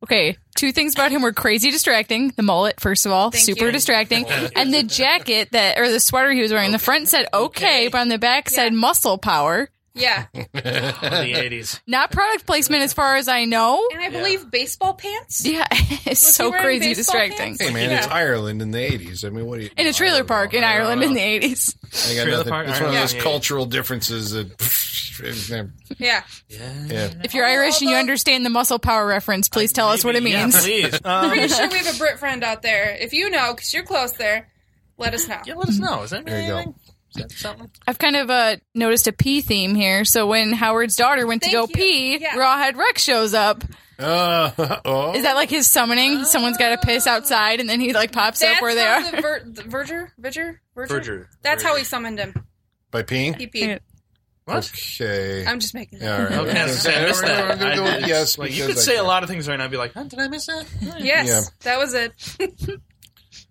Okay, two things about him were crazy distracting. The mullet, first of all,
Thank
super
you.
distracting, and the jacket that or the sweater he was wearing. The front said okay, but on the back said muscle power.
Yeah,
in the eighties.
Not product placement, as far as I know.
and I believe baseball pants.
Yeah, it's
Was he
so
wearing
crazy
baseball
distracting.
pants?
Hey, man, it's
Yeah.
Ireland in the 80s. I mean, what do you.
In a trailer park in Ireland in the eighties.
I got
Trailer
nothing.
park,
it's one of
Ireland.
those
Yeah.
cultural differences that.
Yeah,
Yeah.
If
Oh,
you're Irish and you understand the muscle power reference, please tell us what it
Maybe, yeah,
means.
please. Um,
pretty sure we have a Brit friend out there. If you know, because you're close there, let us know.
yeah, let us know. Is that
There you go.
anything? Is that something?
I've kind of uh, noticed a pee theme here. So when Howard's daughter went to
Thank
go
you.
pee,
Yeah.
Rawhead Rex shows up.
Uh, oh.
Is that like his summoning? Someone's got to piss outside, and then he like pops
That's
up where they
how
are.
The ver- the verger, verger, verger.
Verger.
That's how he summoned him.
By peeing?
He peed.
What?
Okay.
I'm just making.
Yeah, all
that
right.
up.
Okay, I was gonna say, I missed that.
We're gonna do
I-
it, yes,
like, you
because
could
I
say a
can.
lot of things right now. and Be like, huh, did I miss that?
Yes,
Yeah.
that was it.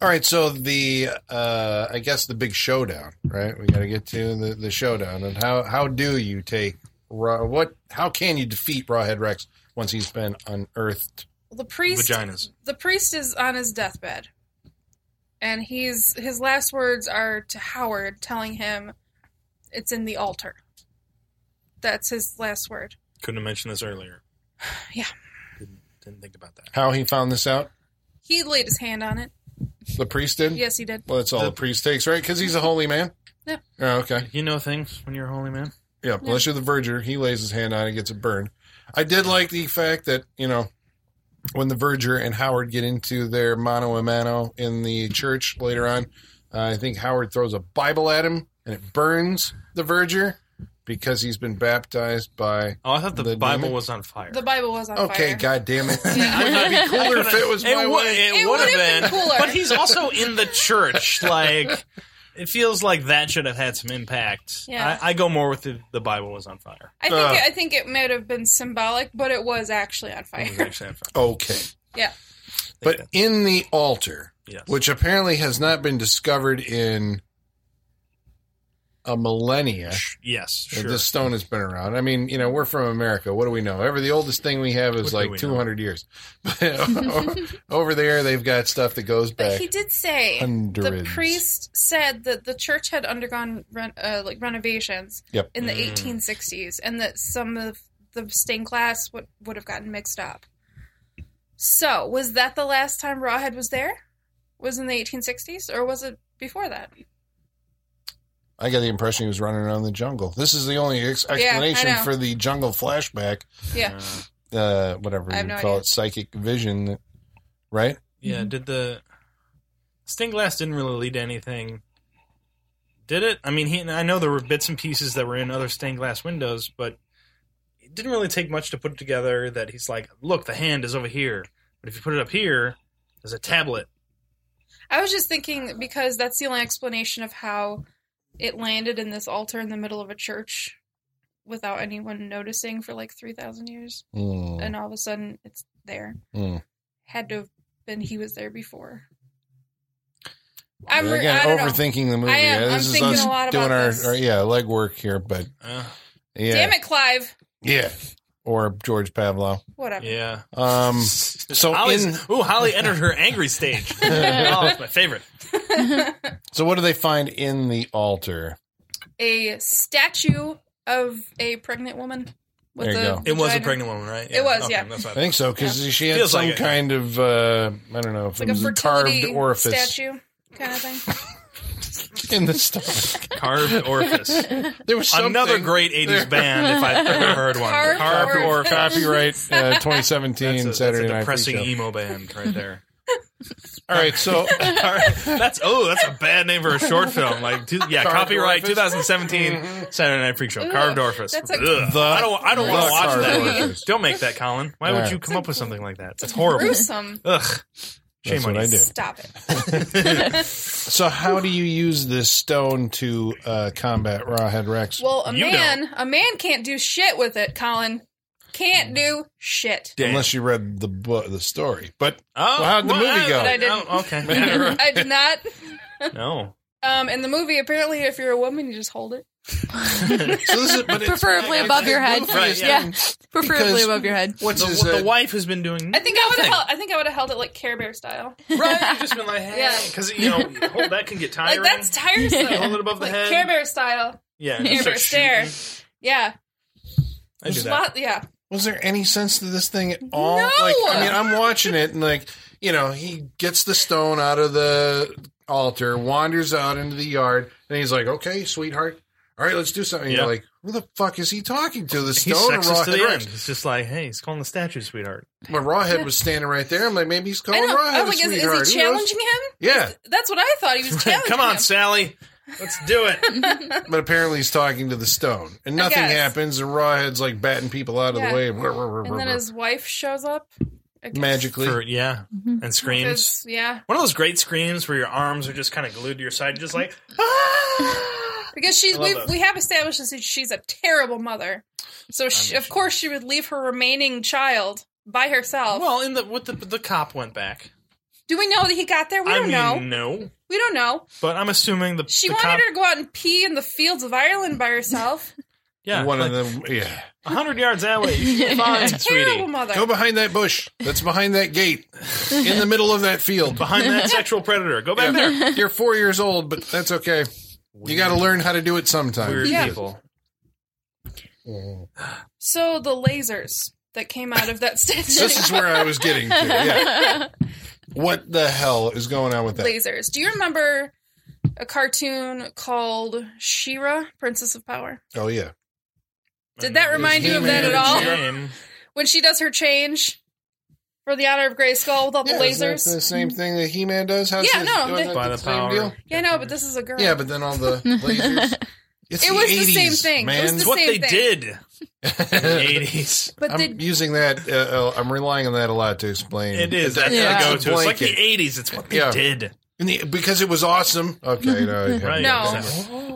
All right, so the uh, I guess the big showdown, right? We got to get to the, the showdown, and how how do you take Ra- what? How can you defeat Rawhead Rex once he's been unearthed?
The priest.
Vaginas.
the priest is on his deathbed and he's his last words are to howard telling him it's in the altar that's his last word
Couldn't have mentioned this earlier.
Yeah.
Didn't, didn't think about that.
How he found this out?
he laid his hand on it
The priest did.
yes he did
Well, that's all the,
The-
priest takes, right? Because he's a holy man.
Yeah.
Oh, okay.
You know things when you're a holy man.
Yeah. Unless you're the verger, he lays his hand on it, gets it burned. I did like the fact that you know when the verger and Howard get into their mano a mano in the church later on, uh, I think Howard throws a Bible at him and it burns the verger because he's been baptized by.
Oh, I thought the,
The
Bible
demon?
was on fire.
the bible was on
Okay,
fire
god damn it!
Yeah.
It'd be cooler if it was my
It, would,
way.
it,
It
would
would've
have
been
been,
cooler.
but he's also in the church. Like, it feels like that should have had some impact.
Yeah.
I, I go more with the, the Bible was on fire.
i think
Ugh.
i think it might have been symbolic but it was actually on
It was
fire
actually on fire.
Okay,
yeah
but in the altar,
Yes.
which apparently has not been discovered in a millennia.
yes,
that
sure.
This stone has been around. I mean, you know, we're from America. What do we know? Ever the oldest thing we have
What
is
do
like
we know?
200 years. But over there, they've got stuff that goes
but
back
he did say the
hundreds.
priest said that the church had undergone ren- uh, like renovations
Yep.
in the
Mm.
1860s, and that some of the stained glass would would have gotten mixed up. So, was that the last time Rawhead was there? Was in the 1860s, or was it before that?
I got the impression he was running around the jungle. This is the only ex-
I
explanation
know.
for the jungle flashback,
Yeah,
uh, whatever
I
you
have no
call
idea.
it, psychic vision, right?
yeah, did the stained glass didn't really lead to anything? Did it? I mean, he, I know there were bits and pieces that were in other stained glass windows, but it didn't really take much to put it together. That he's like, look, the hand is over here, but if you put it up here, there's a tablet.
I was just thinking because that's the only explanation of how it landed in this altar in the middle of a church without anyone noticing for like 3,000 years.
Mm,
and all of a sudden it's there.
mm.
Had to have been he was there before. I'm re-
Again,
I don't know.
overthinking the movie.
I am.
Yeah,
I'm
this
thinking
is us
a lot
doing
about
our,
this.
our yeah legwork here, but
Uh,
yeah,
Damn it, Clive.
yeah, or George Pavlov.
Whatever.
yeah.
Um,
So
Holly's-
ooh, Holly entered her angry stage. oh, it's my favorite.
so what do they find in the altar?
A statue of a pregnant woman. With
There you
a
go.
It was a
vagina.
pregnant woman, right?
It was, yeah.
that's
I
what I-
think so because she had
Feels
some
like it.
kind of uh, I don't know if
It's like
it
a
was a,
fertility
carved orifice
statue kind of thing.
in the stomach.
carved orifice.
There was something.
Another great '80s band, if I've ever heard one.
Carved
Carved
orifice.
orifice.
copyright uh,
That's
2017 Saturday
a, that's a
Night Freak
depressing e-
Show.
emo band right there.
All right, so
That's oh, that's a bad name for a short film. Like, two, yeah,
Carved
copyright
Orifice.
2017 Saturday Night Freak Show,
Ooh,
Carved Orifice.
that's a-
Ugh. I don't, I don't
The
want to watch
Carved
that.
Orifice.
Don't make that, Colin. Why would
Yeah.
you come up with something like that? That's horrible.
Gruesome.
Ugh. Shame
That's
on
what
you.
I do.
Stop it.
So how do you use this stone to uh, combat Rawhead Rex?
Well, a
You
man, a man can't do shit with it, Colin. Can't do shit.
Damn.
Unless you read the book, the story, but
oh,
Well, how'd the movie
I-
go?
But I didn't.
Oh, okay.
I did not.
no.
Um, in the movie, apparently, if you're a woman, you just hold it.
so this is, but it's-
Preferably
it's-
above your
it's
head.
goofy
Right,
as
yeah.
thing.
Preferably
Because-
above your head.
What's his,
The,
uh,
the wife has been doing.
I think I would have.
nothing.
Held, I think I would have held it like Care Bear style.
Right? You've just been like, hey,
Yeah.
because you know hold, that can get tiring.
Like that's tiresome.
You hold it above the
like
head.
Care Bear style.
yeah,
Care Bear stare. Yeah.
I do
There's
that.
lot- yeah.
Was there any sense to this thing at all?
No!
Like, I mean, I'm watching it and like, you know, he gets the stone out of the altar, wanders out into the yard, and he's like, "Okay, sweetheart, all right, let's do something." And
Yeah.
You're like, "Who the fuck is he talking to? The
He's
stone or
sexist to the
Rawhead
end.
Rex?"
It's just like, hey, he's calling the statue, sweetheart.
But Rawhead was standing right there. I'm like, maybe he's
I
calling
know. I
Rawhead
was
a
like, is,
sweetheart.
is he
Who knows?
challenging him?
Yeah,
That's what I thought. He was challenging
Come on,
him.
Sally. Let's do it.
but apparently he's talking to the stone, and nothing
guess.
happens. And Rawhead's like batting people out of
Yeah.
the way, and, brr, brr, brr, brr,
And then
brr.
his wife shows up. I guess.
magically.
For- yeah,
Mm-hmm.
and screams.
'Cause- Yeah.
One of those great screams where your arms are just kind of glued to your side, just like "Ah!"
Because she's
I love
we
those.
we have established that she's a terrible mother, so she, of course she would leave her remaining child by herself.
well. In the what the the cop went back.
do we know that he got there? We
I
don't
mean,
know.
no,
We don't know.
but I'm assuming the
She
the
wanted
cop,
her to go out and pee in the fields of Ireland by herself.
yeah,
one
like,
of them, yeah.
hundred yards that way. She's Fine,
terrible
sweetie.
mother.
Go behind that bush. That's behind that gate. In the middle of that field.
Behind that sexual predator, go back there.
You're four years old, but that's okay. You got to learn how to do it sometime.
Weird
Yeah.
people.
so the lasers that came out of that statue.
This is where I was getting to. Yeah. What the hell is going on with that?
lasers. Do you remember a cartoon called Shira, Princess of Power?
Oh yeah.
Did
Uh,
that remind you of that at all?
Shame.
When she does her change for the honor of Grayskull with all the
yeah isn't that
lasers.
the same thing that He-Man does. How's
Yeah,
his-
no,
wasn't
they-
that
By the
same
power.
deal?
Yeah, no, but this is a girl.
Yeah, but then all the lasers. It's
It
the
was
80s,
the same thing. It
Man.
was
It's
the
what
same
they
thing.
did in the eighties.
but
I'm
they,
using that. Uh, uh, I'm relying on that a lot to explain.
It is. That's
Yeah.
the go-to. It's like
blanket.
the eighties. It's what they
Yeah.
did.
In the- because it was awesome. Okay, no, yeah,
Right.
Mm-hmm. No. Oh,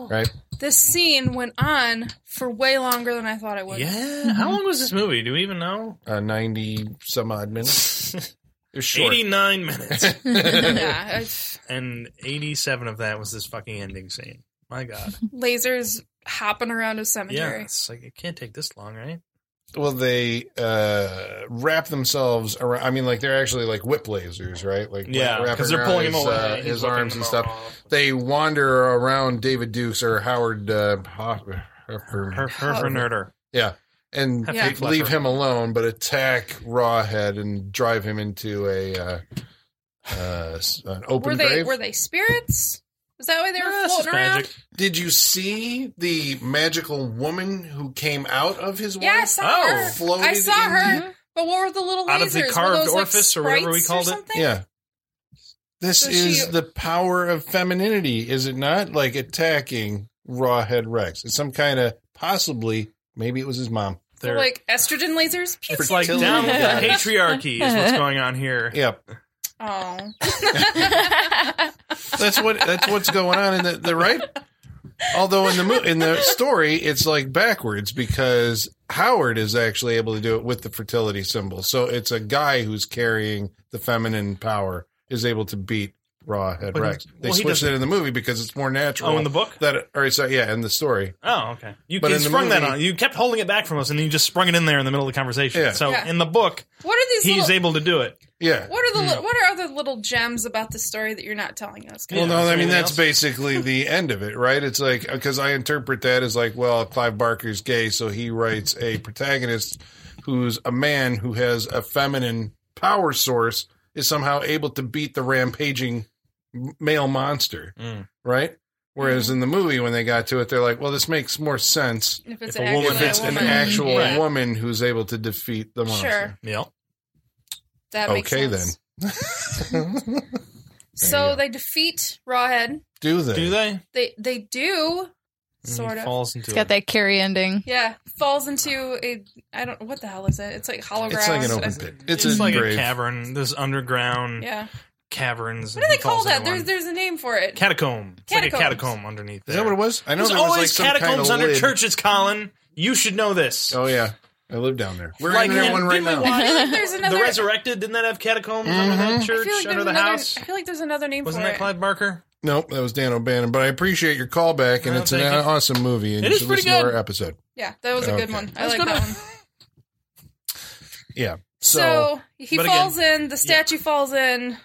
exactly.
right.
this scene went on for way longer than I thought it would.
Yeah. How long was this movie? Do we even know?
Uh, Ninety some odd minutes. They're short.
Eighty-nine minutes,
yeah it's-
and eighty-seven of that was this fucking ending scene. My God.
lasers hopping around a
Yeah.
cemetery.
It's like it can't take this long, right?
Well, they uh, wrap themselves around. I mean, like they're actually like whip lasers, right? Like wrapping
Because they're
around
pulling
his,
him away.
uh,
He's
his
whipping
arms
them
and stuff.
off.
They wander around David Dukes or Howard. Uh, Hoff- Heffernan.
Her, her,
Oh.
her nerder.
yeah, and
Hefty
Yeah.
they leave him alone, but attack Rawhead and drive him into a uh, uh, s- an open
Were they
grave.
were they spirits? Is that why they were
Yeah, this is
floating around?
magic.
Did you see the magical woman who came out of his wife?
Yeah, I saw
Oh.
her.
Floated
I saw
into-
her. But what were the little
Out
lasers?
of the
Were
carved
those, like,
orifice or whatever we
sprites
called it?
something?
Yeah. This
So
is
she-
the power of femininity, is it not? Like attacking Rawhead Rex. It's some kind of possibly, maybe it was his mom.
They're
They're-
like estrogen lasers. Pew,
It's
pew.
like down with
guy.
the patriarchy is what's going on here.
Yep.
oh,
That's what that's what's going on in the, the right. Although in the mo- in the story, it's like backwards because Howard is actually able to do it with the fertility symbol. So it's a guy who's carrying the feminine power is able to beat Rawhead
But he-
Rex. They
well, he
switched
doesn't-
it in the movie because it's more natural.
Oh, in the book?
that or so yeah, in the story.
Oh, okay. You,
But
you
in the
sprung that
movie-
on. You kept holding it back from us, and then you just sprung it in there in the middle of the conversation.
Yeah.
So
Yeah.
in the book,
what are these?
he's Hmm.
Little,
able to do it.
Yeah.
what are the li- what are other little gems about the story that you're not telling us?
Well,
Yeah,
no,
is
I
there
mean
anything
that's
else?
basically the end of it, right? It's like because I interpret that as like, well, Clive Barker's gay, so he writes a protagonist who's a man who has a feminine power source is somehow able to beat the rampaging m- male monster,
Mm.
right? Whereas
Mm-hmm.
in the movie, when they got to it, they're like, well, this makes more sense
If it's
If
an
a woman-
actual
if it's an
woman.
actual
Yeah.
woman who's able to defeat the monster.
Sure.
Yeah.
That makes
Okay,
sense.
you
So
go.
they defeat Rawhead.
Do they?
Do they?
They they do sort
he
of.
Falls into
It's got
it.
that carry ending.
Yeah, falls into a I don't what the hell is it? It's like hollow
It's like an open pit. It's, a
like
grave.
a cavern. There's underground
Yeah.
caverns.
What do they call that? There's there's a name for it.
catacomb. It's like a
Catacombs.
catacomb underneath.
Is
there.
that what it was? I know
There's
there was like
always
some kind of
catacombs under
lid.
churches, Colin. You should know this.
Oh yeah, I live down there. We're
Like,
in there
man,
one right
give me
now.
one.
I feel like there's another.
the resurrected didn't that have catacombs under
Mm-hmm.
that
I
church
feel like there's
under the
another.
house?
I feel like there's another name
Wasn't
for
that
it.
Clive Barker?
Nope, that was Dan O'Bannon. But I appreciate your callback, and
Well,
it's an
thank you.
awesome movie. And
It
you
is
should
pretty
listen to
good.
our episode.
Yeah, that was a good
Okay.
one. I
Let's
like
go
that
to-
one.
Yeah.
So,
So,
he
But
falls in. The statue falls in.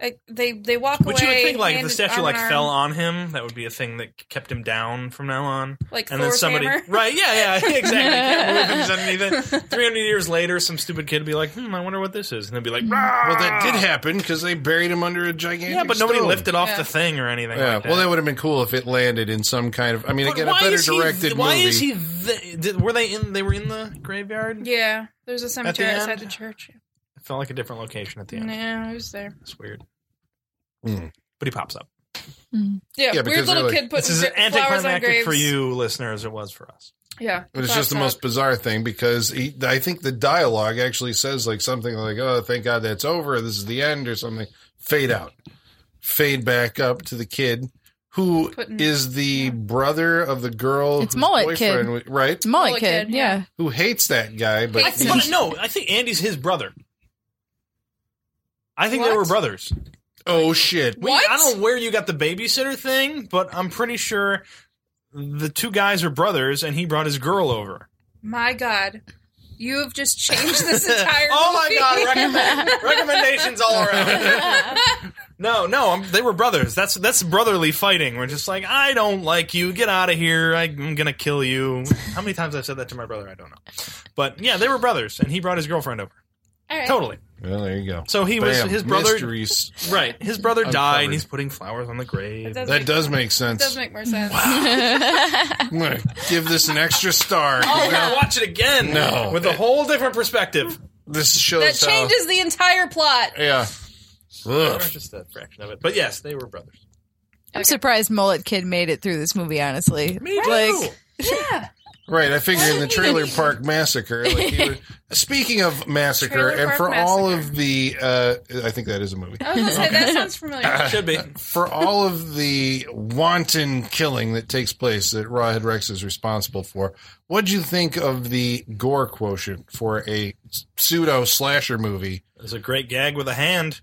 I, they they walk
Which you
away.
would think, like, if the
handed
statue
arm
like
in arm,
fell on him, that would be a thing that kept him down from now on.
like
and
Thor's
then somebody,
hammer.
right? Yeah, yeah, exactly. Can't believe he's underneath it. Three hundred years later, some stupid kid would be like, "Hmm, I wonder what this is," and they'd be like, "Rah!"
well, that did happen because they buried him under a gigantic.
"Yeah," but
Ah,
nobody
stone.
lifted off
Yeah.
the thing or anything.
Yeah,
like that.
well, that would have been cool if it landed in some kind of. I mean,
But
again, a better
is he-
directed
Why
movie.
is he? Th- did, were they in? They were in the graveyard.
Yeah, there's a cemetery
end?
outside the church.
It felt like a different location at the
Yeah,
end.
yeah it was there.
It's weird.
Mm.
But he pops up.
Yeah,
Yeah, because
weird little
they're like-
kid
This
putting
is as
gr- flowers on
anticlimactic
graves
for you listeners. It was for us.
Yeah,
But it's
thought
just the
so.
most bizarre thing because he, I think the dialogue actually says like something like, "Oh, thank God that's over. This is the end," or something. Fade out, fade back up to the kid who is
Putting-
the brother of the girl.
It's
whose
Mullet Kid.
boyfriend was- right?
Mullet,
Mullet
Kid,
Kid,
yeah.
yeah.
Who hates that guy? But
Hates
he's-
him.
But no, I think Andy's his brother. I think they
What?
were brothers.
oh shit!
We- I don't know where you got the babysitter thing, but I'm pretty sure the two guys are brothers, and he brought his girl over.
My God, you have just changed this entire.
oh my
movie.
god! Recommend, recommendations all around. no, no, I'm, they were brothers. That's that's brotherly fighting. We're just like, I don't like you. Get out of here. I, am gonna kill you. How many times I've said that to my brother? I don't know. But yeah, they were brothers, and he brought his girlfriend over.
All right.
Totally.
Well, there you go.
So he was
Bam.
his brother.
Mysteries.
Right. His brother died,
Uncovered.
and he's putting flowers on the grave.
That
That does make sense.
does make more sense.
I'm gonna give this an extra star.
Oh, we're gonna watch it again.
No.
with a whole different perspective.
This shows
That
how-
changes the entire plot.
Yeah. Ugh.
just a fraction of it, but yes, they were brothers.
I'm surprised Mullet Kid made it through this movie, honestly.
Me too.
Like,
Yeah.
Right, I figure in the Trailer Park Massacre. Like he was, speaking of massacre,
Trailer
and
Park
for all
Massacre. Oh.
of the, uh, I think that is a movie.
I was gonna say that sounds familiar.
Should be.
For all of the wanton killing that takes place that Rawhead Rex is responsible for, what do you think of the gore quotient for a pseudo slasher movie?
There's a great gag with a hand.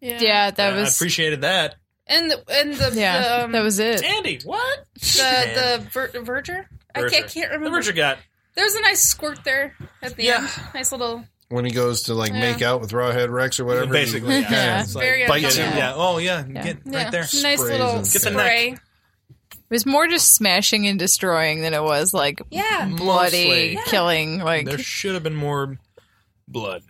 yeah, that
I
was.
appreciated that.
And the and the
yeah,
the, um,
that was it.
Andy, what?
the, the ver- verger. I can't,
Verger.
can't
The
remember.
Richard got
There was a nice squirt there at the
Yeah.
end. Nice little.
When he goes to like
Yeah.
make out with Rawhead Rex or whatever, he,
basically.
like,
Yeah.
kinda-
It's
Very
bites
yeah.
him.
yeah. Oh yeah.
Yeah.
Get
Yeah.
right there.
Nice
Sprays
little
and
stuff.
spray.
It was more just smashing and destroying than it was like
Yeah.
Mm-hmm.
bloody
Mostly.
killing. Like
There should have been more blood.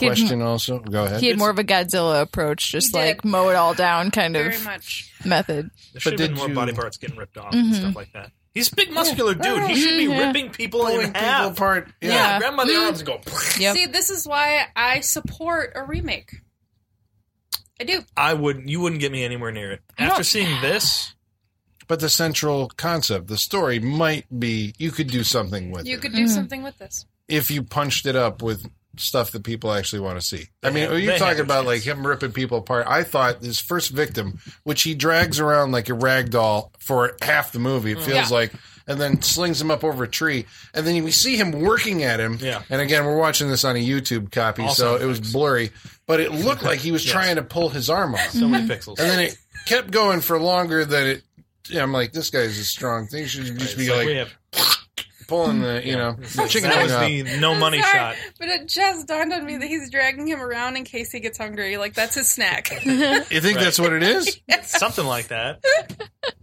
he had,
Question also, go ahead.
he had more of a Godzilla approach,
He
just
did.
like mow it all down kind
Very
of
much.
method.
There should have
did
been more
you-
body parts getting ripped off and stuff like that. He's a big muscular dude. He should be
Mhm, yeah.
ripping people
Pulling
in
people
half.
apart.
Yeah.
Yeah.
grab him by the arms and go.
Yep.
See, this is why I support a remake. I do.
I would. You wouldn't get me anywhere near it. After seeing this,
but the central concept, the story might be you could do something with
You
it
could do something with this.
if you punched it up with stuff that people actually want to see. I
They
mean,
have-
are
they
you
have
talking
a
about
chance.
like him ripping people apart? I thought his first victim, which he drags around like a rag doll for half the movie,
Mm.
it feels
Yeah.
like. And then slings him up over a tree, and then we see him working at him.
Yeah.
And again, we're watching this on a YouTube copy,
All
so
sound
it was blurry, but it looked like he was
Yes.
trying to pull his arm off.
so many pixels.
And then it kept going for longer than it. Yeah, I'm like, this guy's a strong thing. Should just be
It's like
like,
we have-
pulling the, you know, the chicken
that
wing
was
up.
the no
I'm
money
sorry,
shot.
But it just dawned on me that he's dragging him around in case he gets hungry. Like that's his snack.
You think that's what it is?
something like that.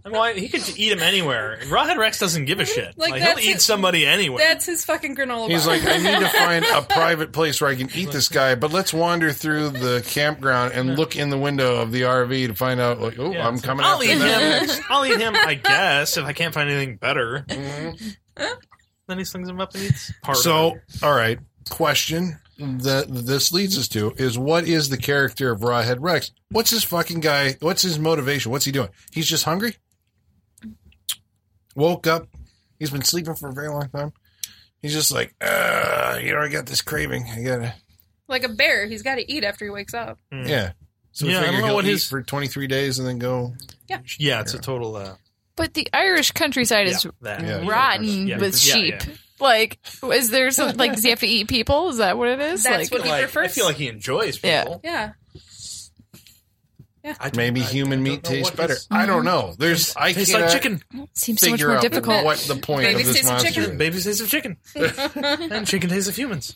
I mean, why- he could eat him anywhere. Rawhead Rex doesn't give a shit. Like,
Like,
he'll
that's
eat
it.
somebody anywhere.
that's his fucking granola.
He's
bar.
like, I need to find a private place where I can eat this guy, but let's wander through the campground and look in the window of the RV to find out, like, oh,
Yeah,
I'm
it's like,
coming
I'll
after
eat
that.
him. I'll eat him. I guess if I can't find anything better, then he slings him up and eats part.
Mm-hmm. So,
of
all right. question that this leads us to is what is the character of Rawhead Rex? What's his fucking guy? What's his motivation? What's he doing? He's just hungry. Woke up. He's been sleeping for a very long time. He's just like, uh, you know, I got this craving. I gotta,
Like a bear, he's got to eat after he wakes up.
Mm.
yeah. So we
Yeah, I don't
figure
know
he'll
what
eat
his-
for 23 days and then go.
Yeah, it's a total. Uh,
But the Irish countryside is
yeah, that.
Yeah.
rotten
Yeah,
with
yeah,
sheep.
yeah.
Like, is there some like? Does he have to eat people? Is that what it is? like,
That's what he
Like, I
prefers.
feel like he enjoys people.
Yeah.
yeah,
I don't-
Maybe
I-
human
I
meat
don't know
tastes
what
better.
his-
I don't know. There's I
Tastes
can't
like chicken.
seems so much
figure
more
out
difficult.
what the point
Maybe
of this
tastes of
monster.
chicken.
is.
Baby tastes of chicken. and chicken tastes of humans.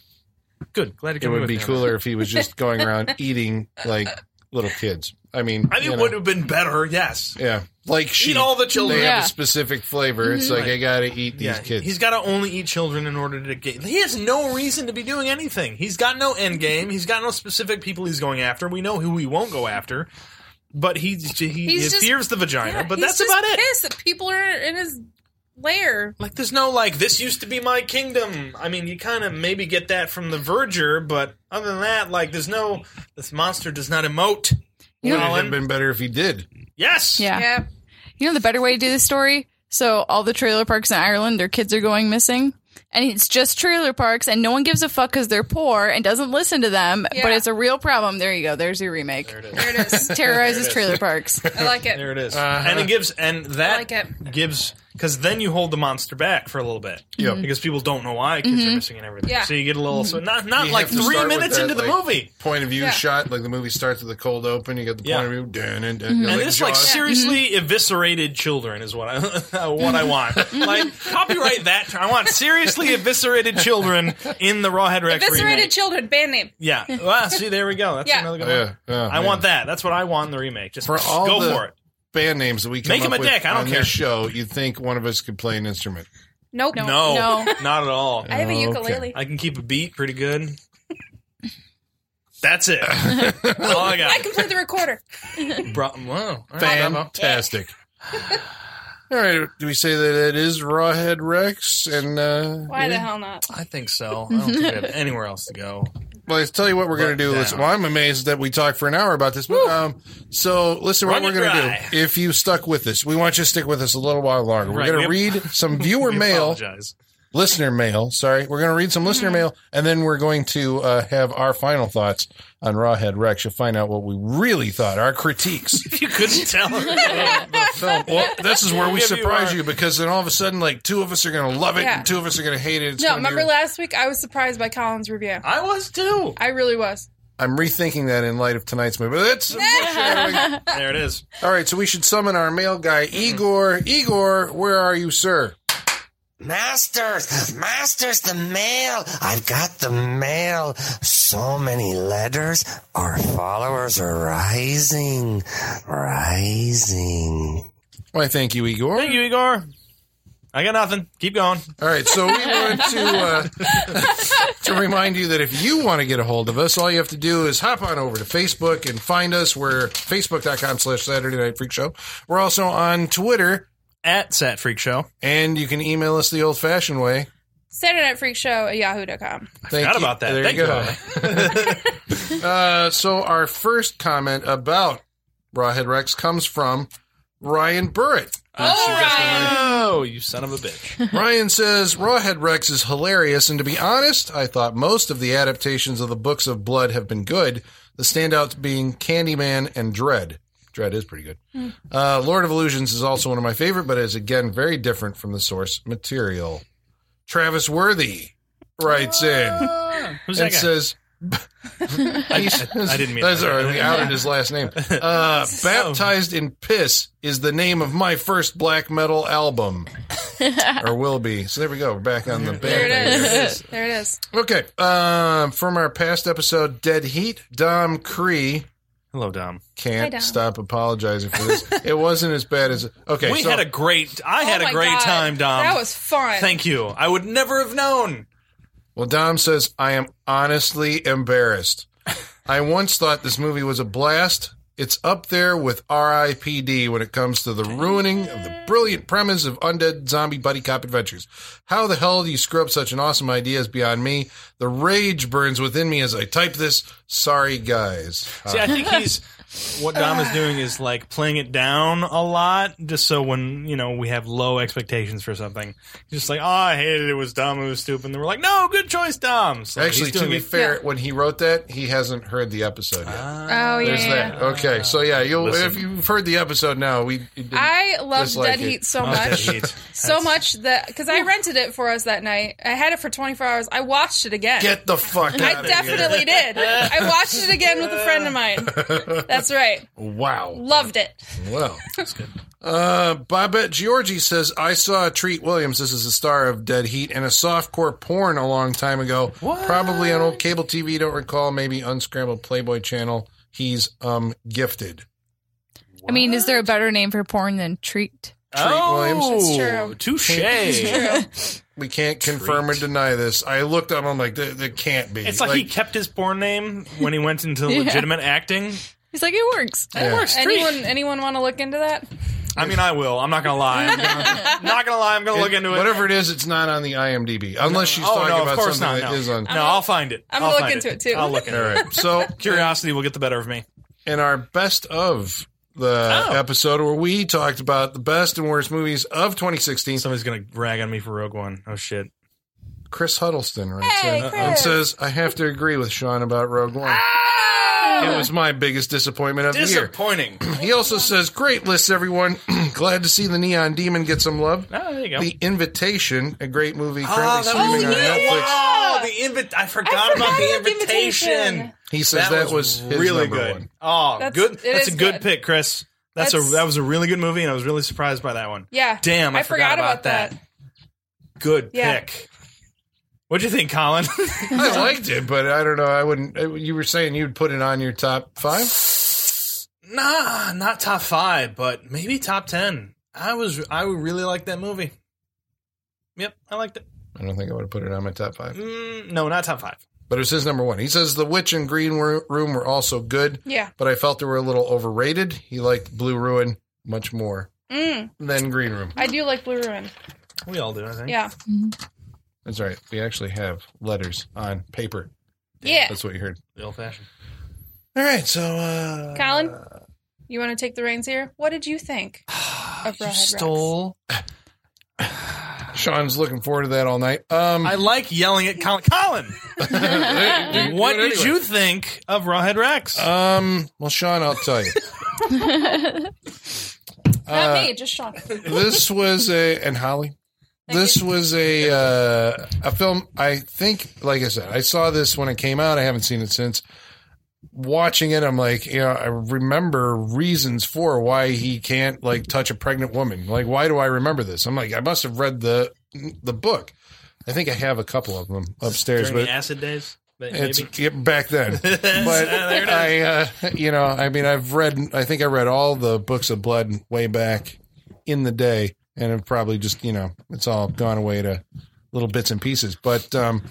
Good. Glad to
It
get
would
with
be
me on
cooler if he was just going around eating like little kids. I mean,
that. I mean,
you
it
know,
would have been better. Yes.
yeah, like sheep.
Eat all the children. Mm-hmm.
they
Yeah.
have a specific flavor. It's like I gotta eat these
Yeah,
kids.
he's got to only eat children in order to get. He has no reason to be doing anything. He's got no end game. He's got no specific people he's going after. We know who he won't go after, but he he, he
He's just-
fears the vagina.
Yeah,
but
he's
that's
just
about it.
Pissed that people are in his lair.
Like, there's no like this used to be my kingdom. I mean, you kind of maybe get that from the Verger, but other than that, like, there's no this monster does not emote.
Would it have
Colin.
been better if he did?
Yes.
Yeah.
yeah.
You know the better way to do the story? So all the trailer parks in Ireland, their kids are going missing. And it's just trailer parks, and no one gives a fuck because they're poor and doesn't listen to them.
Yeah.
But it's a real problem. There you go. There's your remake.
There it is.
There it is.
Terrorizes trailer parks.
I like it.
There it is. Uh, And
Uh,
it gives, and
I
that
like it.
gives, because then you hold the monster back for a little bit. Mm-hmm.
Yeah. Mm-hmm.
Because people don't know why kids are missing and everything.
Mm-hmm. Yeah.
So you get a little, so not, not
You
like
have to
three
start with
minutes
that,
into the
like,
movie.
Point of view
Yeah.
shot like the movie starts with the cold open. You get the point
Yeah.
of view. Dun, dun, dun,
And this like
Jaws.
seriously
Mm-hmm.
eviscerated children is what I what I want. like
Mm-hmm.
copyright that. term. I want seriously eviscerated children in the Rawhead Rex
Eviscerated
remake.
children, band name.
yeah. Well, see, there we go. That's
Yeah.
another good one.
Oh, Yeah, yeah,
I
yeah.
want that. That's what I want in the remake. Just
For all
go
the-
for it.
band names that we come
Make him
up
a
with
dick, I don't
on
care.
This show you think one of us could play an instrument?
Nope.
No.
No, not at all.
I have a
Okay.
ukulele.
I can keep a beat pretty good. That's it. That's all I
I
got.
can play the recorder.
Bro- wow. All right, Bravo.
Fantastic. All right, do we say that it is Rawhead Rex? And uh,
Why the
yeah?
hell not?
I think so. I don't think we have anywhere else to go.
Well, let's tell you what we're going to
But
do. Listen,
down.
well, I'm amazed that we talked for an hour about this. But, um, so, listen,
Run
what we're
it
going to
dry.
do, if you stuck with us, we want you to stick with us a little while longer. We're
Right,
going to
we
read some viewer
We
mail,
apologize. Mm.
listener mail, sorry. We're going to read some listener mail, and then we're going to uh, have our final thoughts on Rawhead Rex. You'll find out what we really thought, our critiques.
If you couldn't tell.
film. Well, this is where we
Give you
surprise
our-
you because then all of a sudden, like, two of us are going to love it
Yeah.
and two of us are going to hate it. It's
No,
gonna be-
remember last week? I was surprised by Colin's review.
I was too.
I really was.
I'm rethinking that in light of tonight's movie. That's all
There it is.
right. So we should summon our male guy, Igor. Igor, where are you, sir?
Masters, masters, the mail. I've got the mail. So many letters. Our followers are rising, rising.
Why, thank you, Igor.
Thank you, Igor. I got nothing. Keep going.
All right, so we want to uh, to remind you that if you want to get a hold of us, all you have to do is hop on over to Facebook and find us. We're facebook.com slash Saturday Night Freak Show. We're also on Twitter,
At Sat Freak Show.
and you can email us the old-fashioned way.
Saturday Night Freak Show at yahoo.com.
Thank
Forgot
you.
about that.
There
Thank
you
you,
go. uh, so our first comment about Rawhead Rex comes from Ryan Burritt.
Oh, you son of a bitch.
Ryan says Rawhead Rex is hilarious, and to be honest, I thought most of the adaptations of the books of Blood have been good. The standouts being Candyman and Dread. Dread is pretty good. Uh, Lord of Illusions is also one of my favorite, but is again very different from the source material. Travis Worthy writes in
Who's
and
that guy?
says
I, I didn't mean
That's
that.
all right. We outed his last name. Uh, Baptized in Piss is the name of my first black metal album, or will be. So there we go. We're back on the band.
There
thing.
it is. there it is.
Okay. Um, from our past episode, Dead Heat, Dom Cree
Hello, Dom.
Hi,
can't
Dom.
stop apologizing for this. it wasn't as bad as. Okay.
we
so,
had a great. I had
Oh
a
my
great
God.
time, Dom.
That was fun.
Thank you. I would never have known.
well, Dom says, I am honestly embarrassed. I once thought this movie was a blast. It's up there with RIPD when it comes to the ruining of the brilliant premise of undead zombie buddy cop adventures. How the hell do you screw up such an awesome idea is beyond me. The rage burns within me as I type this. Sorry, guys. Uh,
See, I think he's what Dom is doing is like playing it down a lot, just so when you know we have low expectations for something, he's just like, oh, I hated it. It was dumb. It was stupid. And we're like, no, good choice, Dom. So
Actually,
he's
to
doing
be
it-
fair, when he wrote that, he hasn't heard the episode yet.
Oh yeah.
There's
Ah.
that. Okay, so yeah, you'll
Listen.
if you've heard the episode now, we it didn't-
I loved
Dislike
Dead
it.
Heat so
Oh,
much.
Dead Heat.
so much that because I rented it for us that night. I had it for 24 hours. I watched it again.
get the fuck
I
out of here.
definitely did. I watched it again with a friend of mine. That's right.
Wow.
Loved it.
Well, that's good. Uh, Bobette Georgie says, I saw Treat Williams, this is the star of Dead Heat, and a softcore porn a long time ago. Probably on old cable TV, don't recall, maybe unscrambled Playboy channel. He's um gifted.
I mean, is there a better name for porn than treat?
Williams.
That's true.
Oh, Touche.
We can't confirm or deny this. I looked up, I'm like, that that can't be.
It's like, he kept his porn name when he went into
Yeah.
legitimate acting.
He's like, it works.
Yeah.
Anyone anyone want to look into that?
I mean, I will. I'm not gonna lie. I'm gonna, not gonna lie. I'm gonna look into it.
Whatever it is, it's not on the IMDb. Unless she's
oh
talking
no, of
about
course
something
not.
that
No,
is on.
no I'll find it.
I'm
I'll
gonna look
find
into it, too.
I'll look into
All
it.
right. So,
Curiosity will get the better of me.
in our best of the
Oh.
episode where we talked about the best and worst movies of 2016,
Somebody's gonna rag on me for Rogue One. Oh shit.
Chris Huddleston writes
Hey,
in and
Chris.
says, I have to agree with Sean about Rogue One. It was my biggest disappointment of the year.
Disappointing. oh,
He also says, Great list, everyone. Glad to see the Neon Demon get some love.
Oh, there you go.
The Invitation, a great movie
oh,
currently
that was
streaming on
yeah.
Netflix.
Wow, Oh, the invit. I forgot, about the invitation.
He says that, was, his
really
number
good.
one.
Oh,
That's-
good.
it
That's
is
a good,
good.
pick, Chris. That's,
That's-
a that was a really good movie, and I was really surprised by that one.
Yeah.
Damn, I, forgot, about, that. Good
Yeah.
pick. What'd you think, Colin?
I liked it, but I don't know. I wouldn't. uh, You were saying you'd put it on your top five?
nah, not top five, but maybe top ten. I was I really liked that movie. Yep, I liked it.
I don't think I would have put it on my top five.
Mm, no, not top five.
But it was his number one. He says The Witch and Green Ru- Room were also good,
Yeah.
but I felt they were a little overrated. He liked Blue Ruin much more
Mm,
than Green Room.
I do like Blue Ruin.
We all do, I think.
Yeah.
That's right. We actually have letters on paper.
Yeah.
That's what you heard.
The old fashioned.
All right. So, uh,
Colin, you want to take the reins here? What did you think of
You
Rawhead Rex?
stole.
Sean's looking forward to that all night. Um,
I like yelling at Colin. Colin, what
do it
did
anyway.
you think of Rawhead Rex?
um, well, Sean, I'll tell you.
Not me, just Sean.
this was a and Holly.
Thank
this was a uh, a film. I think, like I said, I saw this when it came out. I haven't seen it since. Watching it, I'm like, you know, I remember reasons for why he can't like touch a pregnant woman. Like, why do I remember this? I'm like, I must have read the the book. I think I have a couple of them upstairs,
During
but
the acid days? But
it's
maybe.
yeah, back then. But I, uh, you know, I mean, I've read. I think I read all the books of blood way back in the day, and have probably just you know, it's all gone away to little bits and pieces. But um,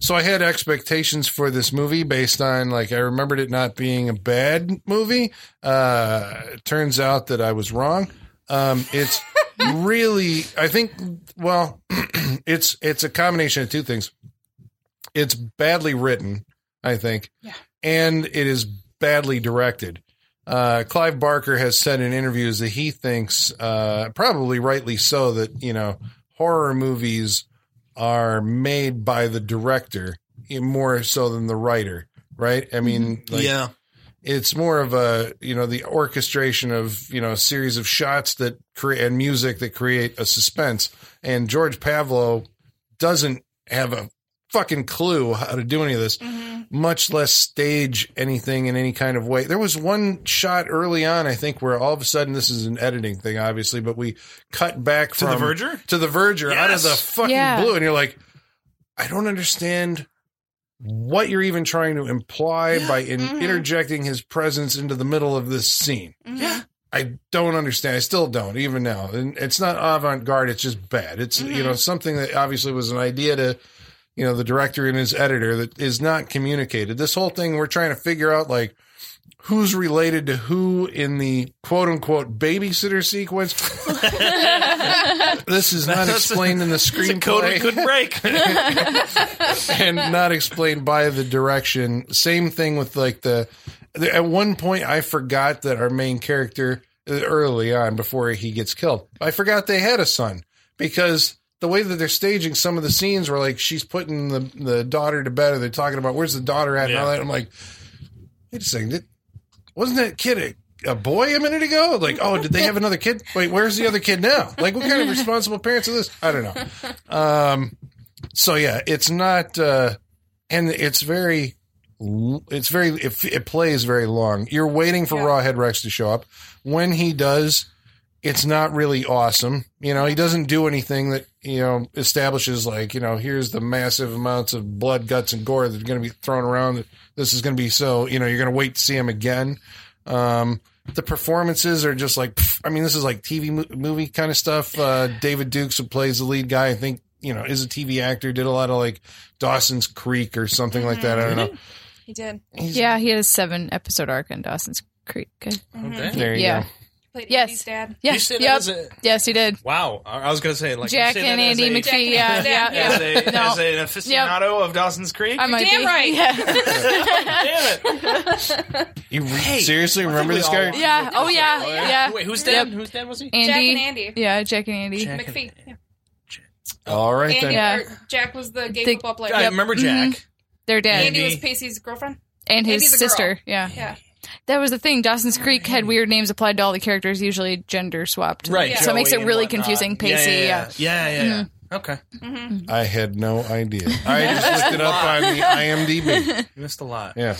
so I had expectations for this movie based on like I remembered it not being a bad movie. Uh, it turns out that I was wrong. Um, it's really, I think, well, it's it's a combination of two things. It's badly written, I think,
Yeah.
and it is badly directed. Uh, Clive Barker has said in interviews that he thinks, uh, probably rightly so, that you know horror movies are made by the director eh, more so than the writer, right? I mean, like,
Mm-hmm. yeah.
it's more of a you know the orchestration of you know a series of shots that create and music that create a suspense and george pavlo doesn't have a fucking clue how to do any of this
mm-hmm.
much less stage anything in any kind of way there was one shot early on i think where all of a sudden this is an editing thing obviously but we cut back
To
from
the verger?
to the verger out of the
Yes.
fucking
Yeah.
blue and you're like i don't understand what you're even trying to imply by in- interjecting his presence into the middle of this scene.
Yeah.
I don't understand. I still don't, even now. And it's not avant garde, it's just bad. It's, you know, something that obviously was an idea to, you know, the director and his editor that is not communicated. This whole thing, we're trying to figure out, like, who's related to who in the quote unquote babysitter sequence. this is not
That's a-
explained in the
It's a code we
screenplay
couldn't break.
and not explained by the direction. Same thing with like the, the at one point I forgot that our main character uh, early on before he gets killed. I forgot they had a son because the way that they're staging some of the scenes where like she's putting the the daughter to bed or they're talking about where's the daughter at and all
Yeah.
that. I'm like, wait a second, did, wasn't that kid a, a boy a minute ago? Like, oh, did they have another kid? Wait, where's the other kid now? Like, what kind of responsible parents are this? I don't know. Um, so yeah, it's not, uh, and it's very, l- it's very, it, it plays very long. You're waiting for
Yeah.
Rawhead Rex to show up. When he does, it's not really awesome. You know, he doesn't do anything that, you know, establishes like, you know, here's the massive amounts of blood, guts, and gore that are going to be thrown around. This is going to be so, you know, you're going to wait to see him again. Um, the performances are just like, pff, I mean, this is like TV mo- movie kind of stuff. Uh, David Dukes, who plays the lead guy, I think, you know, is a TV actor, did a lot of like Dawson's Creek or something like that. I don't
Mm-hmm.
know.
He did.
He's-
Yeah, he had a seven episode arc in Dawson's Creek. Good.
okay.
There you
Yeah.
go.
Mm-hmm. Played
Yes.
Andy's dad.
Yeah.
You say that
Yep.
as a-
Yes, he did.
wow. I I was going to say, like, you
Jack
say
and
that as
Andy
a-
Jack
McPhee.
and
Yeah,
Andy
yeah,
McPhee.
yeah.
As, a,
No.
as an aficionado of Dawson's Creek?
I might
damn
be.
right.
Yeah.
Damn it.
You re- seriously remember
we
this
all
guy?
watched
Yeah. Oh yeah. Yeah.
Wait, who's
Yep.
Dan? Who's Dan was he?
Andy.
Jack and Andy.
Yeah, Jack and Andy.
Jack.
McPhee. Yeah.
All right
Andy,
then.
Yeah.
or Jack was the gay
The-
football player.
I remember
Mm-hmm.
Jack.
Their dad
Andy was
Andy.
Pacey's girlfriend.
and his
Andy's a girl.
sister. Yeah.
Yeah.
That was the thing.
Oh,
Dawson's Creek had weird names applied to all the characters, usually gender swapped.
Right.
So it makes
Joey
it
and
really
whatnot.
confusing. Pacey. Yeah. Mm-hmm.
Yeah. Yeah. yeah, yeah. Okay.
Mm-hmm.
I had no idea. I just looked it up on the IMDb.
Missed a lot.
Yeah.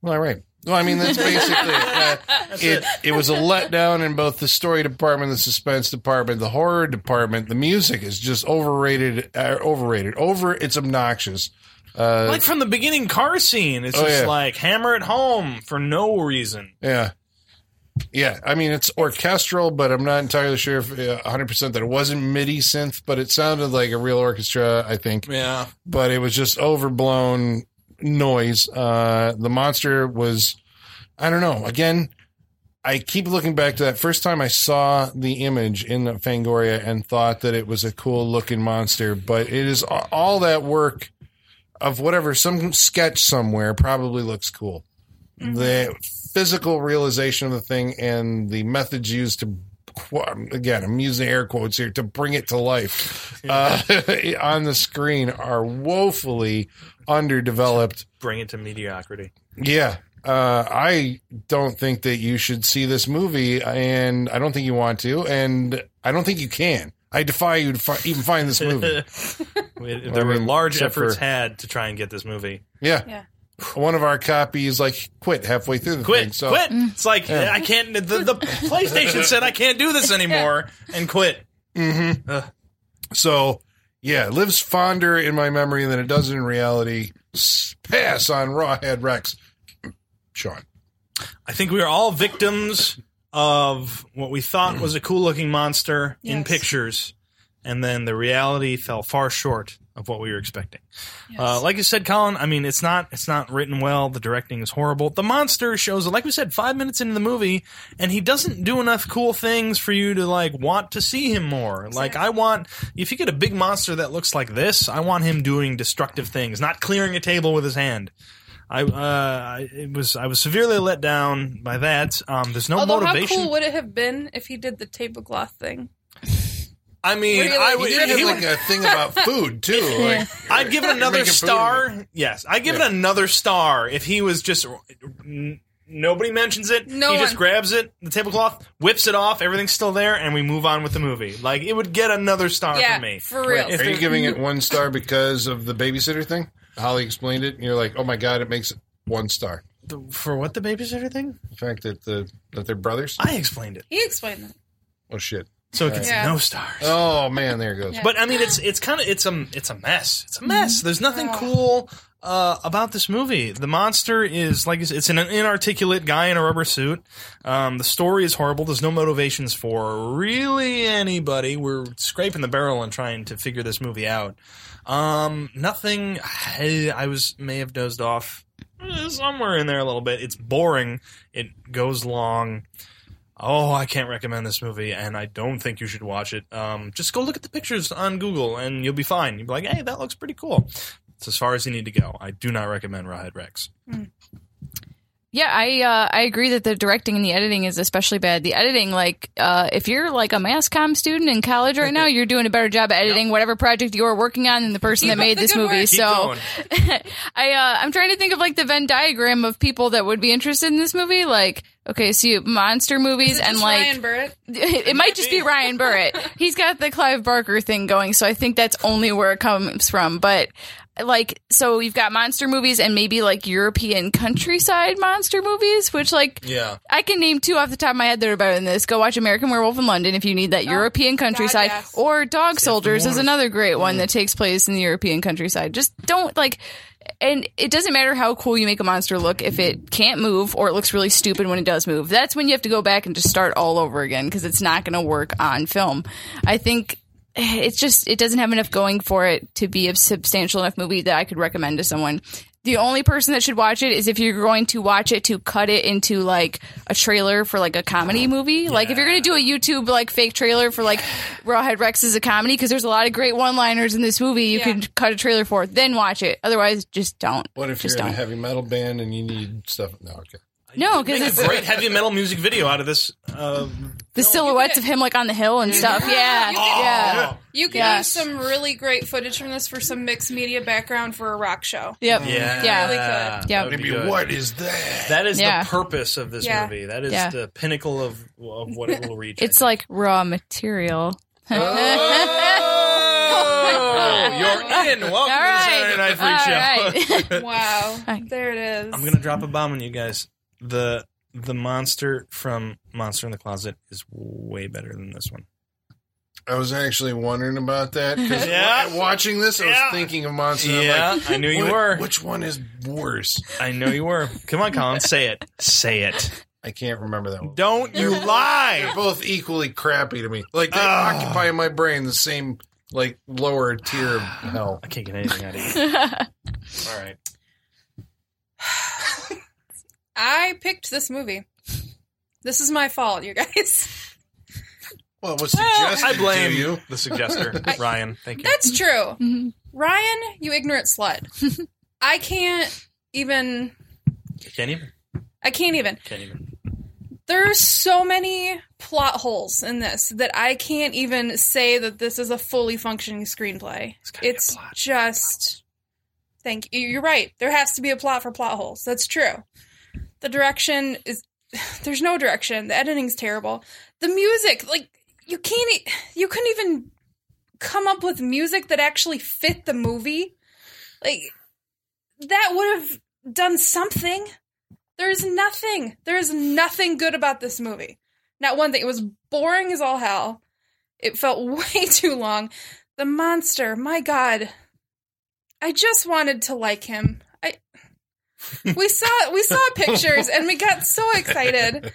Well, all right. Well, I mean, that's basically it. Uh, it. It was a letdown in both the story department, the suspense department, the horror department. The music is just overrated. Uh, overrated. Over. It's obnoxious. Uh,
Like from the beginning car scene, it's
Oh,
just
yeah.
like hammer it home for no reason.
Yeah. Yeah, I mean it's orchestral, but I'm not entirely sure if uh, 100% that it wasn't MIDI synth, but it sounded like a real orchestra, I think.
Yeah.
But it was just overblown noise. Uh the monster was I don't know. Again, I keep looking back to that first time I saw the image in the Fangoria and thought that it was a cool looking monster, but it is a- all that work of whatever some sketch somewhere probably looks cool the physical realization of the thing and the methods used to qu- again i'm using air quotes here to bring it to life uh, on the screen are woefully underdeveloped
Bring it to mediocrity.
yeah. Uh, I don't think that you should see this movie, and I don't think you want to, and I don't think you can. I defy you to fi- even find this movie.
We-
I
there were
mean,
large
except
efforts
for-
had to try and get this movie.
Yeah.
Yeah.
One of our copies like quit halfway through the thing.
Quit,
So
quit. It's like I can't. The, the PlayStation said I can't do this anymore, and quit.
So, yeah, it lives fonder in my memory than it does in reality. S- Pass on Rawhead Rex. Sean.
I think we are all victims of what we thought was a cool looking monster in
Yes.
pictures, and then the reality fell far short of what we were expecting. Uh, like you said, Colin, I mean, it's not it's not written well. The directing is horrible. The monster shows, like we said, five minutes into the movie, and he doesn't do enough cool things for you to like want to see him more. Like I want, if you get a big monster that looks like this, I want him doing destructive things, not clearing a table with his hand. I, uh, I it was I was severely let down by that. Um, there's no
Although,
motivation.
how cool would it have been if he did the tablecloth thing?
I mean,
Really?
I would,
He
He
did
he
have
would-
like a thing about food too. Like,
I'd give it another
Making food
star. Yes, I'd give
Yeah.
it another star if he was just. n- Nobody mentions it.
No
he just
one.
grabs it, the tablecloth, whips it off. Everything's still there, and we move on with the movie. Like it would get another star
yeah,
from me.
for real.
If
Are you
they-
giving it one star because of the babysitter thing? Holly explained it, and you're like, "Oh my god, it makes it one star."
The- for what the babysitter thing?
The fact that the that they're brothers.
I explained it,
He explained that.
Oh shit!
so it gets
Yeah.
no stars.
Oh man, there it goes.
Yeah.
But I mean, it's it's kind of it's a it's a mess. It's a mess. There's nothing cool uh, about this movie. The monster is like I said, it's an inarticulate guy in a rubber suit. Um, the story is horrible. There's no motivations for really anybody. We're scraping the barrel and trying to figure this movie out. Um, nothing. I, I was may have dozed off. uh, somewhere in there a little bit. It's boring. It goes long. Oh, I can't recommend this movie, and I don't think you should watch it. Um, just go look at the pictures on Google, and you'll be fine. You'll be like, hey, that looks pretty cool. It's as far as you need to go. I do not recommend Rawhead Rex.
Yeah, I uh, I agree that the directing and the editing is especially bad. The editing, like, uh, if you're like a mass comm student in college right now, you're doing a better job at editing whatever project you're working on than the person that
up
made
the
this
good
movie.
work.
Keep
So
going.
I uh, I'm trying to think of like the Venn diagram of people that would be interested in this movie. Like, okay, so you monster movies
Is it
and
just
like
Ryan Burrett.
it, might just be Ryan Burrett. He's got the Clive Barker thing going, so I think that's only where it comes from. But like, so you've got monster movies and maybe like European countryside monster movies, which like
Yeah.
I can name two off the top of my head that are better than this. Go watch American Werewolf in London if you need that European countryside,
Oh, yes.
or Dog Soldiers is
Morris.
another great one that takes place in the European countryside. Just don't like. And it doesn't matter how cool you make a monster look if it can't move or it looks really stupid when it does move. That's when you have to go back and just start all over again because it's not going to work on film. I think it's just it doesn't have enough going for it to be a substantial enough movie that I could recommend to someone. The only person that should watch it is if you're going to watch it to cut it into like a trailer for like a comedy movie. Like if you're going to do a YouTube like fake trailer for like Rawhead Rex is a comedy because there's a lot of great one-liners in this movie you
Yeah.
can cut a trailer for. Then watch it. Otherwise, just don't.
What if
just
you're in
don't.
a heavy metal band and you need stuff? No, okay.
no, because
Make
it's
a great heavy metal music video out of this. Uh,
the silhouettes of him like on the hill and stuff. Yeah.
uh,
Yeah.
You can
Yeah.
use some really great footage from this for some mixed media background for a rock show.
Yep.
yeah.
Yeah. uh,
That
Yeah.
would be
Maybe
good.
what is that?
That is
Yeah.
the purpose of this
Yeah.
movie. That is
Yeah.
the pinnacle of, of what it will reach.
It's like raw material.
Oh, you're in. Welcome
All right.
to the Saturday Night Freak
All
Show.
right.
Wow,
Hi.
there it is.
I'm gonna drop a bomb on you guys. The the monster from Monster in the Closet is way better than this one.
I was actually wondering about that because
Yeah.
watching this, I was
Yeah.
thinking of Monster. and I'm like,
Yeah, I knew you
"What-
were.
Which one is worse?
I know you were. Come on, Colin, say it. Say it.
I can't remember that one.
Don't you
They're
lie.
both equally crappy to me. Like they
Ah.
occupy my brain the same like lower tier of hell.
I can't get anything out of you. All right.
I picked this movie. This is my fault, you guys.
Well, it was suggested
I blame
to you.
the suggester, Ryan. Thank you.
That's true.
Mhm.
Ryan, you ignorant slut. I can't even.
Can't even.
I can't even.
Can't even.
There are so many plot holes in this that I can't even say that this is a fully functioning screenplay.
gotta be a
It's
plot.
just. Thank you. You're right. There has to be a plot for plot holes. That's true. The direction is. There's no direction. The editing's terrible. The music, like you can't. e- You couldn't even come up with music that actually fit the movie. Like that would have done something. There's nothing. There's nothing good about this movie. Not one thing. It was boring as all hell. It felt way too long. The monster, my god. I just wanted to like him. I we saw we saw pictures and we got so excited.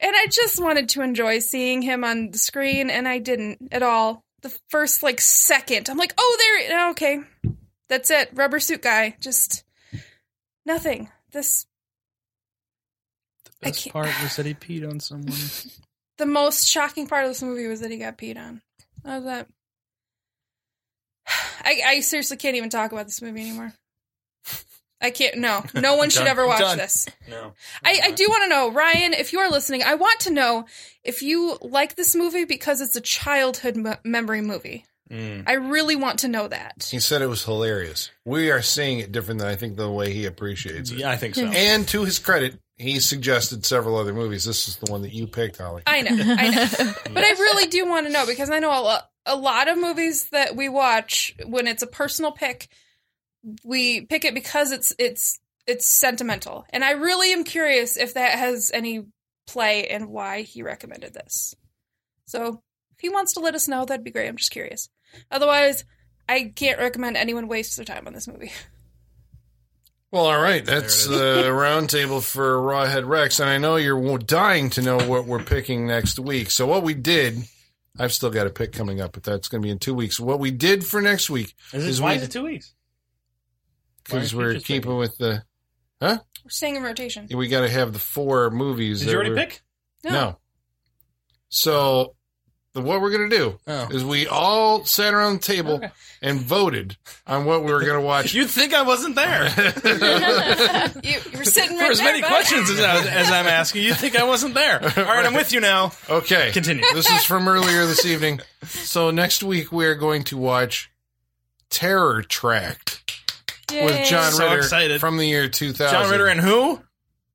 And I just wanted to enjoy seeing him on the screen and I didn't at all. The first like second. I'm like, "Oh, there okay. That's it. Rubber suit guy. Just nothing. This I
Best
can't-
part was that he peed on someone.
the most shocking part of this movie was that he got peed on. That was that. I, I seriously can't even talk about this movie anymore. I can't. No, no one should
Done.
ever watch
Done.
this.
No.
I, I do want to know, Ryan, if you are listening, I want to know if you like this movie because it's a childhood m- memory movie.
Mm.
I really want to know that.
He said it was hilarious. We are seeing it different than I think the way he appreciates it.
Yeah, I think so.
And to his credit, he suggested several other movies. This is the one that you picked, Holly.
I know, I know. But I really do want to know because I know a, lo- a lot of movies that we watch when it's a personal pick, we pick it because it's it's it's sentimental, and I really am curious if that has any play and why he recommended this. So if he wants to let us know, that'd be great. I'm just curious. Otherwise, I can't recommend anyone waste their time on this movie.
Well, all right. That's the roundtable for Rawhead Rex. And I know you're w- dying to know what we're picking next week. So, what we did, I've still got a pick coming up, but that's going to be in two weeks. What we did for next week,
Is
Is
it, why
we-
is it two weeks?
because
Why aren't you
we're
just
keeping with the. Huh?
We're staying in rotation.
We got to have the four movies.
Did
that
you already
we're-
pick?
No. So the, what we're gonna do
Oh.
is we all sat around the table
Okay.
and voted on what we were gonna watch.
You'd think I wasn't there.
You, you were sitting right
For as
there,
many
bud.
questions as, I, as I'm asking, you'd think I wasn't there. All right, I'm with you now.
okay.
Continue.
This is from earlier this evening. So next week we are going to watch Terror Tract with
Yay.
John
So
Ritter
excited.
from the year 2000.
John Ritter and who?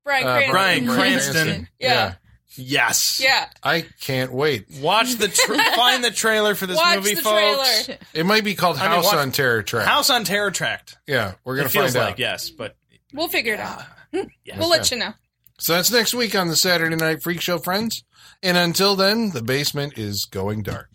Brian
Uh,
Cranston.
Bryan Cranston.
Yeah.
Yes.
Yeah.
I can't wait.
Watch the tra- find the trailer for this
Watch
movie,
the
folks.
trailer.
It might be called
I mean,
House
what-
on Terror Tract.
House on Terror Tract.
Yeah, we're gonna
It feels
find out.
like yes, but
We'll figure it out. We'll let you know.
So that's next week on the Saturday Night Freak Show, friends. And until then, the basement is going dark.